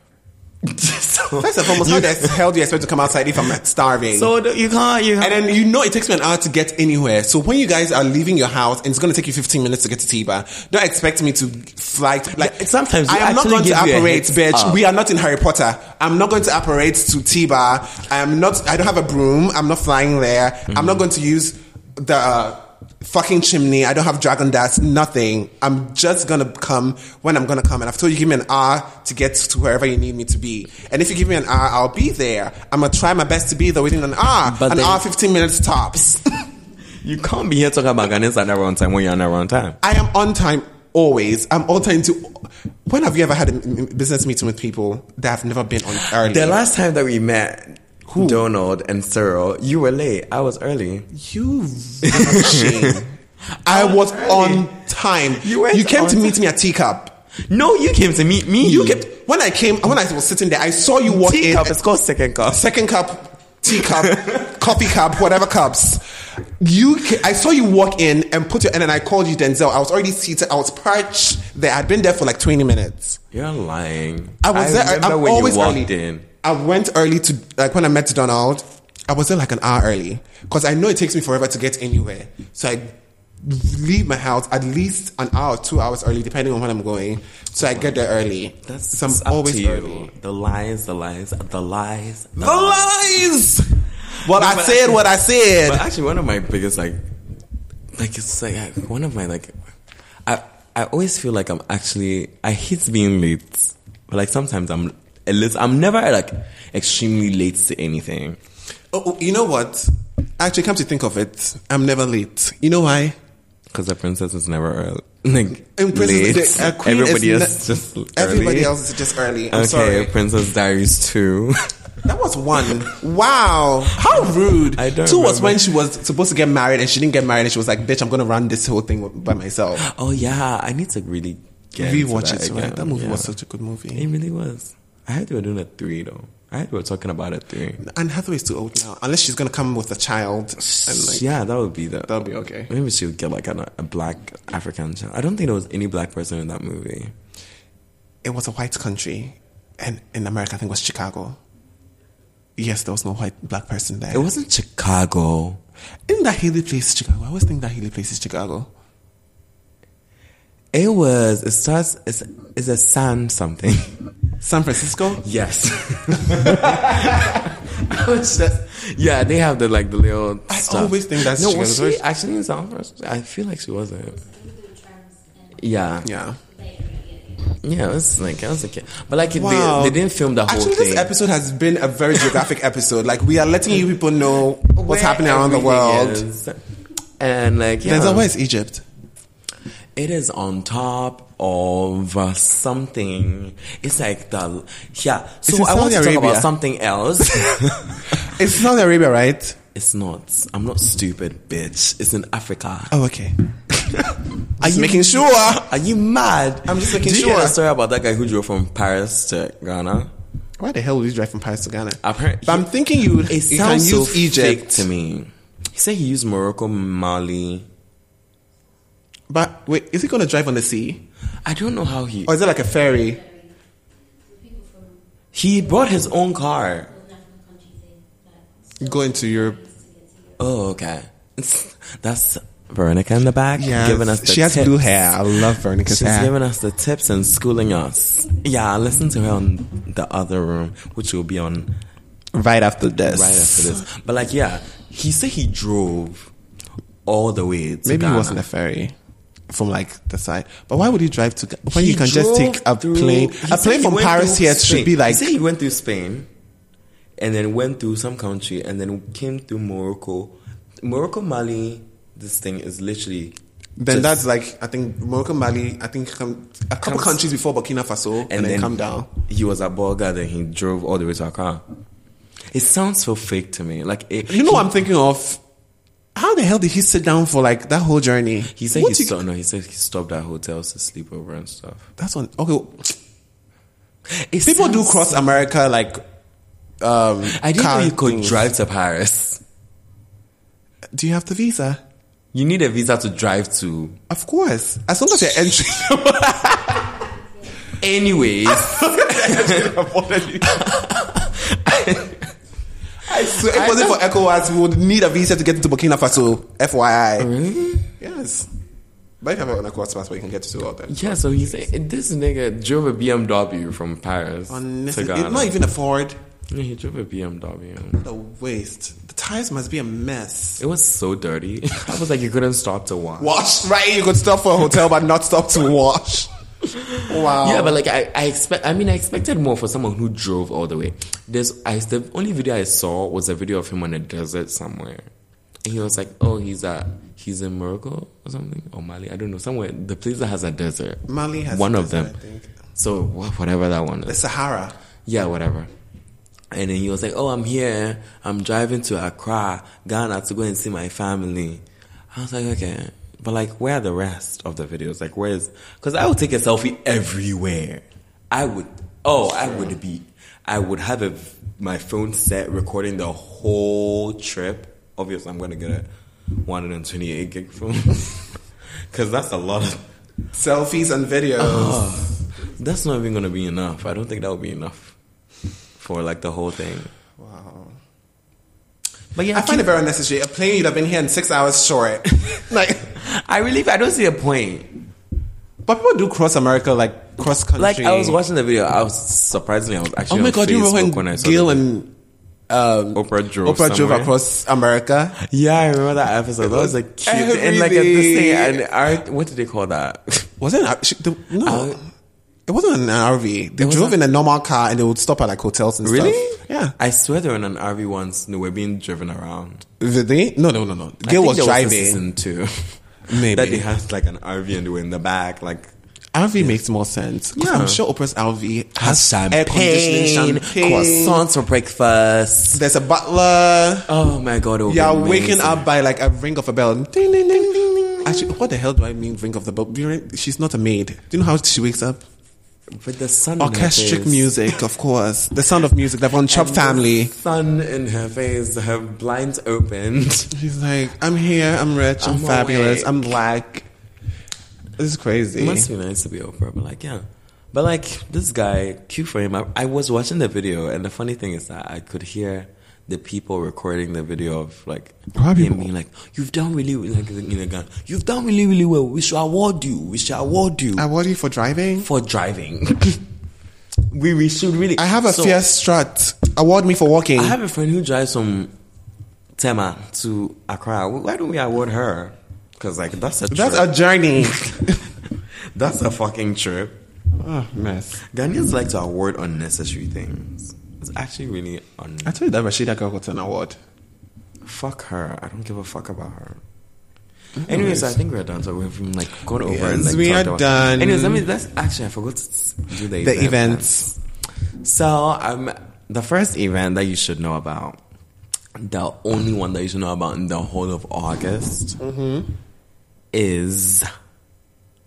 B: so,
A: First and foremost, how the hell do you expect to come outside if I'm starving?
B: so th- you can't, you
A: and
B: can't.
A: then you know it takes me an hour to get anywhere. So when you guys are leaving your house and it's going to take you 15 minutes to get to Tiba, don't expect me to fly. To, like
B: Yeah, sometimes we
A: I am not
B: actually
A: going to
B: give you a
A: operate,
B: heads
A: bitch.
B: up.
A: We are not in Harry Potter. I'm not going to operate to Tiba. I am not. I don't have a broom. I'm not flying there. I'm not going to use the. Uh, Fucking chimney. I don't have dragon dust, nothing. I'm just gonna come when I'm gonna come. And I've told you, give me an hour to get to wherever you need me to be. And if you give me an hour, I'll be there. I'm gonna try my best to be there within an hour
B: But
A: an
B: then-
A: hour, 15 minutes tops.
B: You can't be here talking about Ghanaians at around time when you're not around time.
A: I am on time always. I'm on time to. When have you ever had a m- m- business meeting with people that have never been on early?
B: The last time that we met, Donald and Cyril, you were late. I was early.
A: you shame. I was on time.
B: You
A: You,
B: went
A: came
B: on
A: to meet me at Teacup.
B: No, you came to meet me.
A: You kept when I came when I was sitting there. I saw you walk
B: Teacup.
A: in.
B: It's called second cup.
A: Second cup, teacup, coffee cup, whatever cups. You, ca- I saw you walk in and put your, and then I called you Denzel. I was already seated. I was perched there. I'd been there for like 20 minutes.
B: You're lying.
A: I was there.
B: remember
A: I, I'm
B: when
A: always
B: you walked
A: early.
B: in.
A: I went early to, like when I met Donald, I was there like an hour early because I know it takes me forever to get anywhere. So I leave my house at least an hour, two hours early, depending on when I'm going. So I get there early.
B: That's
A: so I'm
B: it's up
A: always
B: to you.
A: early.
B: The lies, the lies, the lies.
A: The lies! Well,
B: No,
A: I
B: but
A: said what I said.
B: But actually, one of my biggest like, like it's like I- one of my like, I I always feel like I'm actually I hate being late, but like sometimes I'm a little. I'm never like extremely late to anything.
A: Oh, oh, you know what? Actually, come to think of it, I'm never late. You know why?
B: Because the princess is never early. Like
A: In prison,
B: late.
A: the- a queen is
B: everybody
A: ne-
B: else just early.
A: Everybody else is just early. I'm
B: okay,
A: sorry.
B: Princess Diaries two.
A: That was one. Wow. How rude.
B: I don't
A: Two was
B: remember.
A: when she was supposed to get married and she didn't get married and she was like, bitch, I'm going to run this whole thing by myself.
B: oh yeah, I need to really get into
A: Rewatch
B: that
A: it. Right?
B: again.
A: That movie
B: Yeah.
A: was such a good movie.
B: It really was. I heard they were doing a three though. I heard they were talking about a three.
A: Anne Hathaway's too old now. Unless she's going to come with a child. And like,
B: yeah, that would be the.
A: That'll be okay.
B: Maybe she would get like an, a black African child. I don't think there was any black person in that movie.
A: It was a white country. And in America, I think it was Chicago. Yes, there was no white black person there.
B: It wasn't Chicago.
A: Isn't that Healy place Chicago? I always think that Healy place is Chicago.
B: It was. It starts. It's, it's a San something.
A: San Francisco?
B: Yes. I was just- yeah, they have the like the little.
A: I
B: stuff.
A: always think that's
B: no.
A: Chicago.
B: Was
A: It's always-
B: she actually in San Francisco? I feel like she wasn't. Yeah, yeah,
A: Yeah.
B: yeah. It was like I was a kid, but like
A: Wow.
B: they, they didn't film the whole
A: Actually,
B: thing.
A: this episode has been a very geographic episode. Like, we are letting you people know what's
B: Where
A: happening around the world.
B: everything is. And like, yeah,
A: Denzel, where is Egypt?
B: it is on top of uh, something. It's like the yeah.
A: in
B: So I want
A: Saudi
B: to talk
A: Arabia.
B: about something else.
A: It's Saudi Arabia, right?
B: it's not. I'm not stupid, bitch. It's in Africa.
A: Oh, okay. Are you making sure?
B: Are you mad?
A: I'm just making
B: Did you hear
A: sure.
B: the story about that guy who drove from Paris to Ghana?
A: Why the hell would you drive from Paris to Ghana?
B: Apparently-
A: But I'm thinking you, would,
B: It
A: you can
B: sounds so
A: use
B: fake
A: Egypt.
B: to me. He said he used Morocco, Mali.
A: But wait, is he going to drive on the sea?
B: I don't know how he.
A: Or is it like a ferry?
B: He bought his own car.
A: Going to Europe?
B: Oh, okay. That's Veronica in the back giving us the
A: She has
B: tips.
A: blue hair. I love Veronica's
B: She's
A: hair.
B: giving us the tips and schooling us. Yeah, listen to her on the other room, which will be on
A: right after this.
B: right after this. But like, yeah, he said he drove all the way. To
A: Maybe
B: Ghana.
A: it wasn't a ferry from like the side. But why would you drive to Ga- when
B: He
A: you can just
B: drove
A: take a
B: through-
A: plane?
B: he
A: A
B: said
A: plane
B: he
A: from
B: went
A: Paris
B: through
A: here should
B: Spain.
A: be like
B: He said he went through Spain, and then went through some country, and then came through Morocco. Morocco, Mali. This thing is literally
A: then that's
B: just-
A: like I think Morocco, Mali, I think come, a couple
B: Comes-
A: countries before Burkina Faso and, then, come down.
B: He was at Borga, then he drove all the way to Accra. It sounds so fake to me. Like it,
A: You know what I'm thinking of? How the hell did he sit down for like that whole journey?
B: he, he said
A: What
B: he
A: you-
B: stopped. No, he said he stopped at hotels to sleep over and stuff.
A: That's on okay.
B: It
A: People do
B: sounds-
A: cross America like um
B: I didn't
A: car
B: know you could
A: things.
B: drive to Paris.
A: Do you have the visa?
B: You need a visa to drive to.
A: Of course. As long as you're entering
B: Anyways,
A: I swear, if
B: I
A: it wasn't for
B: don't-
A: ECOWAS, we would need a visa to get into Burkina Faso. FYI.
B: really?
A: Yes. But if you have an ECOWAS passport, you can get to the world then.
B: Yeah. So he said this nigga drove a BMW from Paris to Ghana.
A: Not even a Ford.
B: Yeah, he drove a BMW.
A: The waste. The tires must be a mess.
B: It was so dirty. I was like, you couldn't stop to watch.
A: Wash, right? You could stop for a hotel, but not stop to wash. Wow.
B: Yeah, but like I, I expect. I mean, I expected more for someone who drove all the way. There's I the only video I saw was a video of him on a desert somewhere, and he was like, "Oh, he's at he's in Morocco or something or Mali. I don't know somewhere. The place that has a desert.
A: Mali has
B: one
A: a
B: of
A: desert,
B: them.
A: I think.
B: So wh- whatever that one
A: The
B: is,
A: Sahara.
B: yeah, whatever." And then he was like, "Oh, I'm here. I'm driving to Accra, Ghana, to go and see my family." I was like, "Okay." But like, where are the rest of the videos? Like, where is? Because I would take a selfie everywhere. I would. Oh, I would be. I would have a, my phone set recording the whole trip. Obviously, I'm going to get a 128 gig phone because that's a lot of.
A: Selfies and videos.
B: Uh-huh. That's not even going to be enough. I don't think that would be enough for like the whole thing.
A: Wow.
B: But yeah,
A: I find it very unnecessary. A plane, you'd have been here in six hours short. like,
B: I really I don't see a point.
A: but people do cross America, like cross country.
B: Like I was watching the video, I was surprisingly I was actually
A: Oh my
B: on
A: god!
B: Facebook
A: Do you remember
B: when I
A: when
B: saw
A: Gail
B: the-
A: and um,
B: Oprah drove
A: Oprah drove
B: somewhere?
A: across America?
B: Yeah, I remember that episode. That was like cute and like a, this thing and our, what did they call that?
A: Was it? An, R- she- the, no,
B: Uh,
A: it wasn't an RV. They
B: was
A: drove
B: a-
A: in a normal car and they would stop at like hotels and
B: Really?
A: stuff. Yeah.
B: I swear they were in an RV once. and They were being driven around.
A: Did they? No, no, no, no.
B: I
A: Gail
B: think
A: was
B: there a
A: driving.
B: season two.
A: Maybe.
B: that they had like an RV and they were in the back. Like
A: RV makes more sense. 'Cause
B: Yeah.
A: I'm sure Oprah's RV
B: has
A: has air conditioning, champagne.
B: croissants for breakfast.
A: There's a butler.
B: Oh my god! it would be
A: You're waking
B: amazing.
A: up by like a ring of a bell. Ding, ding, ding, ding, ding. Actually, what the hell do I mean ring of the bell? You're- She's not a maid. Do you know how she wakes up?
B: with the sun. in her
A: Orchestric
B: face.
A: music, of course. The sound of music, the Von Chop
B: And the
A: family.
B: sun in her face. Her blinds opened.
A: She's like, I'm here, I'm rich, I'm,
B: I'm
A: fabulous,
B: awake.
A: I'm black. This is crazy.
B: It must be nice to be Oprah, but like, yeah. But like, this guy, cute for him. I, I was watching the video, and the funny thing is that I could hear the people recording the video of like
A: Why
B: him
A: people?
B: being like, "You've done really like in a gun. You've done really really well. We should award you. We should award you
A: I worry for driving.
B: for driving. we, we should really.
A: I have a
B: So,
A: fierce strut. Award me for walking.
B: I have a friend who drives from Tema to Accra. Why don't we award her? Because like that's a
A: That's
B: trip.
A: a journey.
B: that's a fucking trip.
A: oh, mess.
B: Ghanaians like to award unnecessary things. It's actually really un.
A: I told you that Rashida girl got an award.
B: Fuck her. I don't give a fuck about her. Anyways, I think we're done. So we've like gone over.
A: Mm-hmm.
B: and,
A: Yes,
B: like,
A: we
B: talked
A: are
B: about-
A: done.
B: Anyways, let me. That's actually I forgot to do the
A: The
B: event
A: events.
B: plans. So um, the first event that you should know about, the only one that you should know about in the whole of August,
A: Mm-hmm.
B: is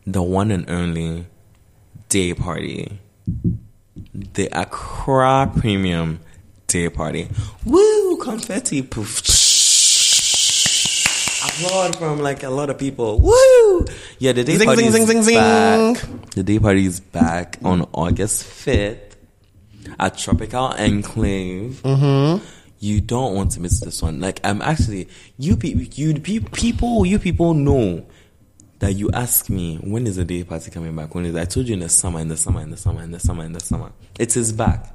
B: the one and only day party. The Accra Premium Day Party. Woo! Confetti poof. Applaud from like a lot of people. Woo! Yeah, the day
A: Zing,
B: party
A: zing, zing,
B: is
A: zing, zing.
B: back. The day party is back on August fifth at Tropical Enclave. Mm-hmm. You don't want to miss this one. Like I'm actually you pe- you pe- people you people know that you ask me when is the day party coming back? When is I told you in the summer, in the summer, in the summer, in the summer, in the summer. It is back.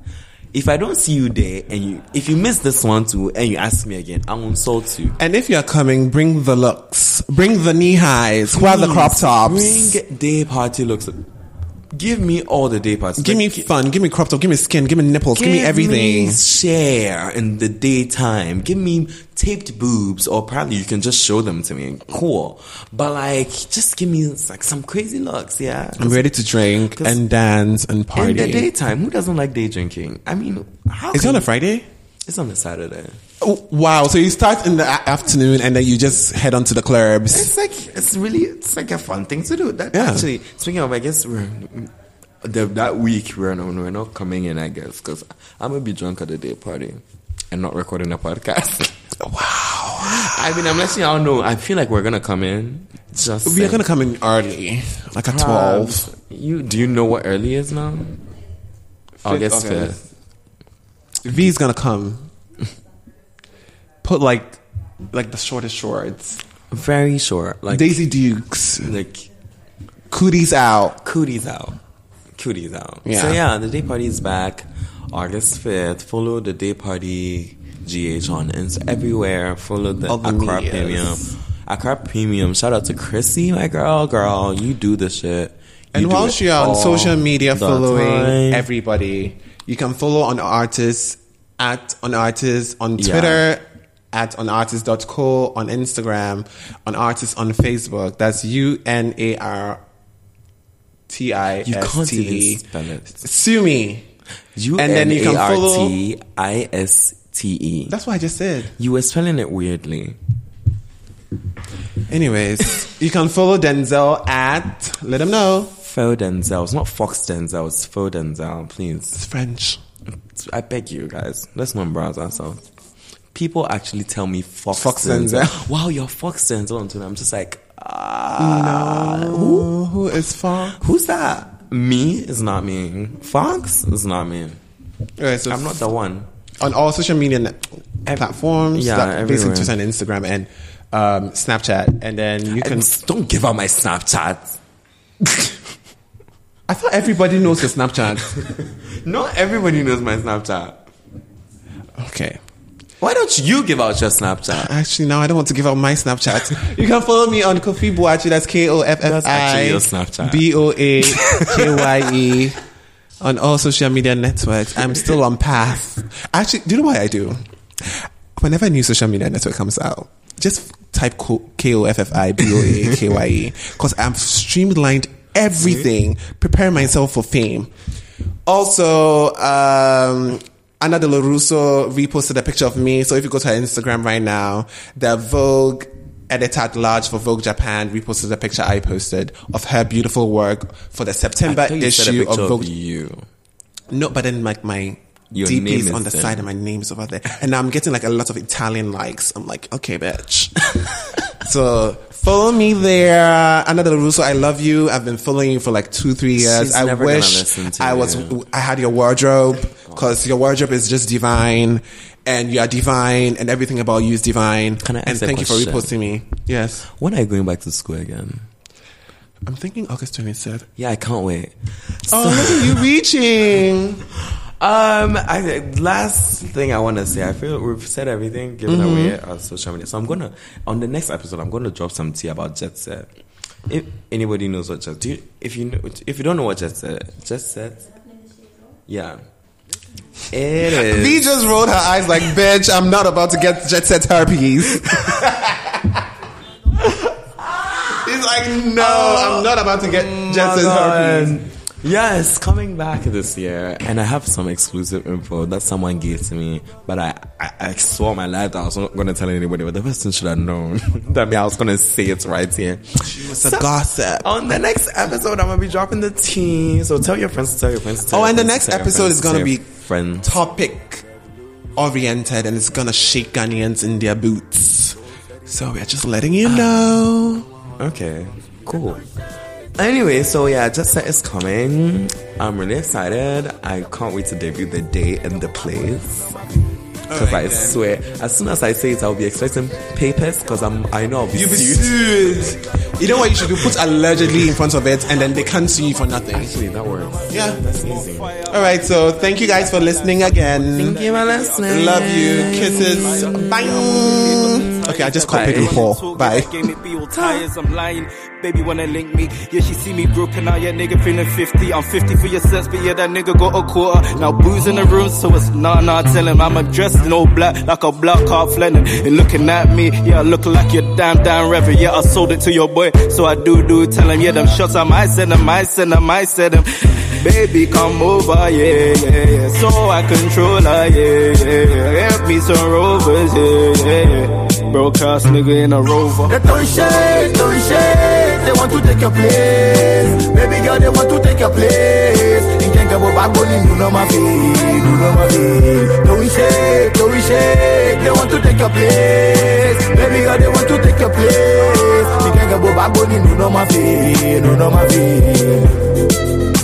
B: If I don't see you there and you if you miss this one too and you ask me again, I'll insult you.
A: And if you're coming, bring the looks. Bring the knee highs. Wear the crop
B: Please,
A: tops.
B: Bring day party looks. Give me all the day parties.
A: Give me
B: Like,
A: fun. Give me crop top. Give me skin. Give me nipples. Give, me everything.
B: me share in the daytime. Give me taped boobs, or probably you can just show them to me. Cool, but like, just give me like some crazy looks, yeah.
A: I'm ready to drink
B: 'Cause-
A: and dance and party.
B: In the daytime, who doesn't like day drinking? I mean, how
A: Is it
B: can
A: on a
B: you-
A: Friday?
B: It's on a Saturday.
A: Oh, wow. So you start in the a- afternoon and then you just head on to the clubs.
B: It's like it's really it's like a fun thing to do. That
A: Yeah.
B: actually, speaking of, I guess we're the, that week we're not, we're not coming in. I guess because I'm gonna be drunk at the day party and not recording a podcast.
A: Wow.
B: I mean, unless y'all know, I feel like we're gonna come in. Just
A: We are
B: saying.
A: going to come in early, like at 12.
B: Um, You do you know what early is now? August
A: okay.
B: fifth.
A: V's going to come. Put like, like the shortest shorts.
B: Very short, like
A: Daisy Dukes.
B: like
A: Cooties out.
B: cooties out. Cooties out.
A: Yeah.
B: So yeah, the day party is back August 5th. Follow the day party GH on Insta everywhere. Follow the
A: All the
B: Accra
A: medias.
B: Premium. Accra Premium. Shout out to Chrissy, my girl, girl. You do the shit. You
A: And
B: do
A: while
B: it
A: you're on
B: all
A: social media
B: the
A: following
B: time.
A: everybody, you can follow on artists at on artists on
B: Yeah.
A: Twitter at on artists.co on Instagram, on artists on Facebook. That's U N A R T I
B: You
A: S
B: can't
A: T
B: even
A: E.
B: spell it.
A: Sue me.
B: U
A: And then
B: N
A: you can
B: A R
A: follow-
B: T I S T E.
A: That's what I just said.
B: You were spelling it weirdly.
A: Anyways, you can follow Denzel at let him know.
B: Faux Denzel. It's not Fox Denzel. It's Faux Denzel. Please.
A: It's French.
B: It's please, I beg you guys, let's not embarrass ourselves. People actually tell me Fox, eh?
A: Fox
B: Denzel.
A: Denzel.
B: Wow, you're Fox Denzel on Twitter. I'm just like, ah,
A: Uh,
B: who?
A: Who- who is far?
B: Who's that? Me is not me. Fox is not me.
A: Alright, so
B: I'm not the one.
A: on all social media net-
B: Ev-
A: platforms,
B: yeah,
A: that- basically
B: everywhere.
A: Twitter and Instagram and um, Snapchat, and then you
B: And
A: can.
B: don't give out my Snapchat.
A: I thought everybody knows your Snapchat.
B: Not everybody knows my Snapchat.
A: okay.
B: Why don't you give out your Snapchat?
A: Actually, now I don't want to give out my Snapchat. you can follow me on Kofi Boachi. That's K O F F
B: That's actually your
A: I
B: Snapchat.
A: B O A K Y E on all social media networks. I'm still on path. Actually, do you know why I do? Whenever a new social media network comes out, just type co- K O F F I B O A K Y E because I've streamlined everything, preparing myself for fame. Also, um, Anna De La Russo reposted a picture of me. So if you go to her Instagram right now, the Vogue editor at large for Vogue Japan reposted a picture I posted of her beautiful work for the September
B: I thought you said a
A: issue of
B: picture
A: Vogue.
B: you.
A: No, but then like my
B: Your
A: DP
B: name
A: is
B: is
A: on the
B: there.
A: side and my name's over there. And now I'm getting like a lot of Italian likes. I'm like, okay, bitch. so follow me there. Anna Del Russo, I love you. I've been following you for like two, three years.
B: She's
A: I
B: never gonna
A: wish
B: listen to
A: I was
B: you.
A: I had your wardrobe because your wardrobe is just divine and you are divine and everything about you is divine.
B: Can I
A: and
B: ask a
A: thank you for reposting
B: question?
A: me. Yes.
B: When are you going back to school again?
A: I'm thinking August twenty third.
B: Yeah, I can't wait.
A: Oh, look at you reaching.
B: Um, I last thing I want to say, I feel we've said everything given away our social media. So I'm gonna on the next episode, I'm gonna drop some tea about Jet Set. If anybody knows what Jet, do you, if you know, if you don't know what Jet Set, Jet Set, yeah, it is.
A: V just rolled her eyes like, bitch, I'm not about to get jet set herpes. He's like, no, I'm not about to get jet set herpes.
B: Um, Yes, coming back this year, and I have some exclusive info that someone gave to me. But I, I, I swore my life that I was not going to tell anybody. But the person should have known that me. I was going to say it right here. She
A: was a gossip.
B: On the next episode, I'm gonna be dropping the tea. So tell your friends to tell your friends. To tell
A: Oh,
B: your
A: and the next
B: friends to tell your
A: episode
B: friends
A: is
B: to tell
A: gonna
B: your
A: be
B: friends.
A: Topic oriented and it's gonna shake Ghanaians in their boots. So we're just letting you know.
B: Okay, cool. Anyway, so yeah, Just Set is coming. I'm really excited. I can't wait to debut the day and the place. Because I
A: Alright then.
B: swear, as soon as I say it, I'll be expecting papers because I'm I know I'll be,
A: You'll be
B: sued.
A: sued. You know what you should do? Put allegedly in front of it and then they can't sue you for nothing.
B: Actually, that works.
A: Yeah.
B: that's easy.
A: Alright, so thank you guys for listening again.
B: Thank you for listening.
A: Love you. Kisses. Mm. Bye. Okay, I just copied
B: Bye.
A: RuPaul. Bye.
C: Gave me fuel tires, I'm lying. Baby wanna link me. Yeah, she see me broken out, yeah, nigga feeling 50. I'm 50 for your sets, but yeah, that nigga got a quarter. Now booze in the room, so it's nah nah tell him I'm dressed in all black, like a black card flanning. And looking at me, yeah, I look like your damn damn reverend. Yeah, I sold it to your boy, so I do do tell him, yeah, them shots I might send him, I send him, I send him. Baby, come over, yeah, yeah, yeah. So I control her, yeah, yeah, yeah. Help me some rovers, yeah, yeah, yeah. Broke ass nigga in a rover.
D: They don't shade, don't shade. They want to take your place. Baby girl, they want to take your place. In Kenka Bobagoni, you know my feet, you know my feet. Don't shade, don't shade. They want to take your place. Baby girl, they want to take your place. In Kenka Bobagoni, you know my feet, you know my feet.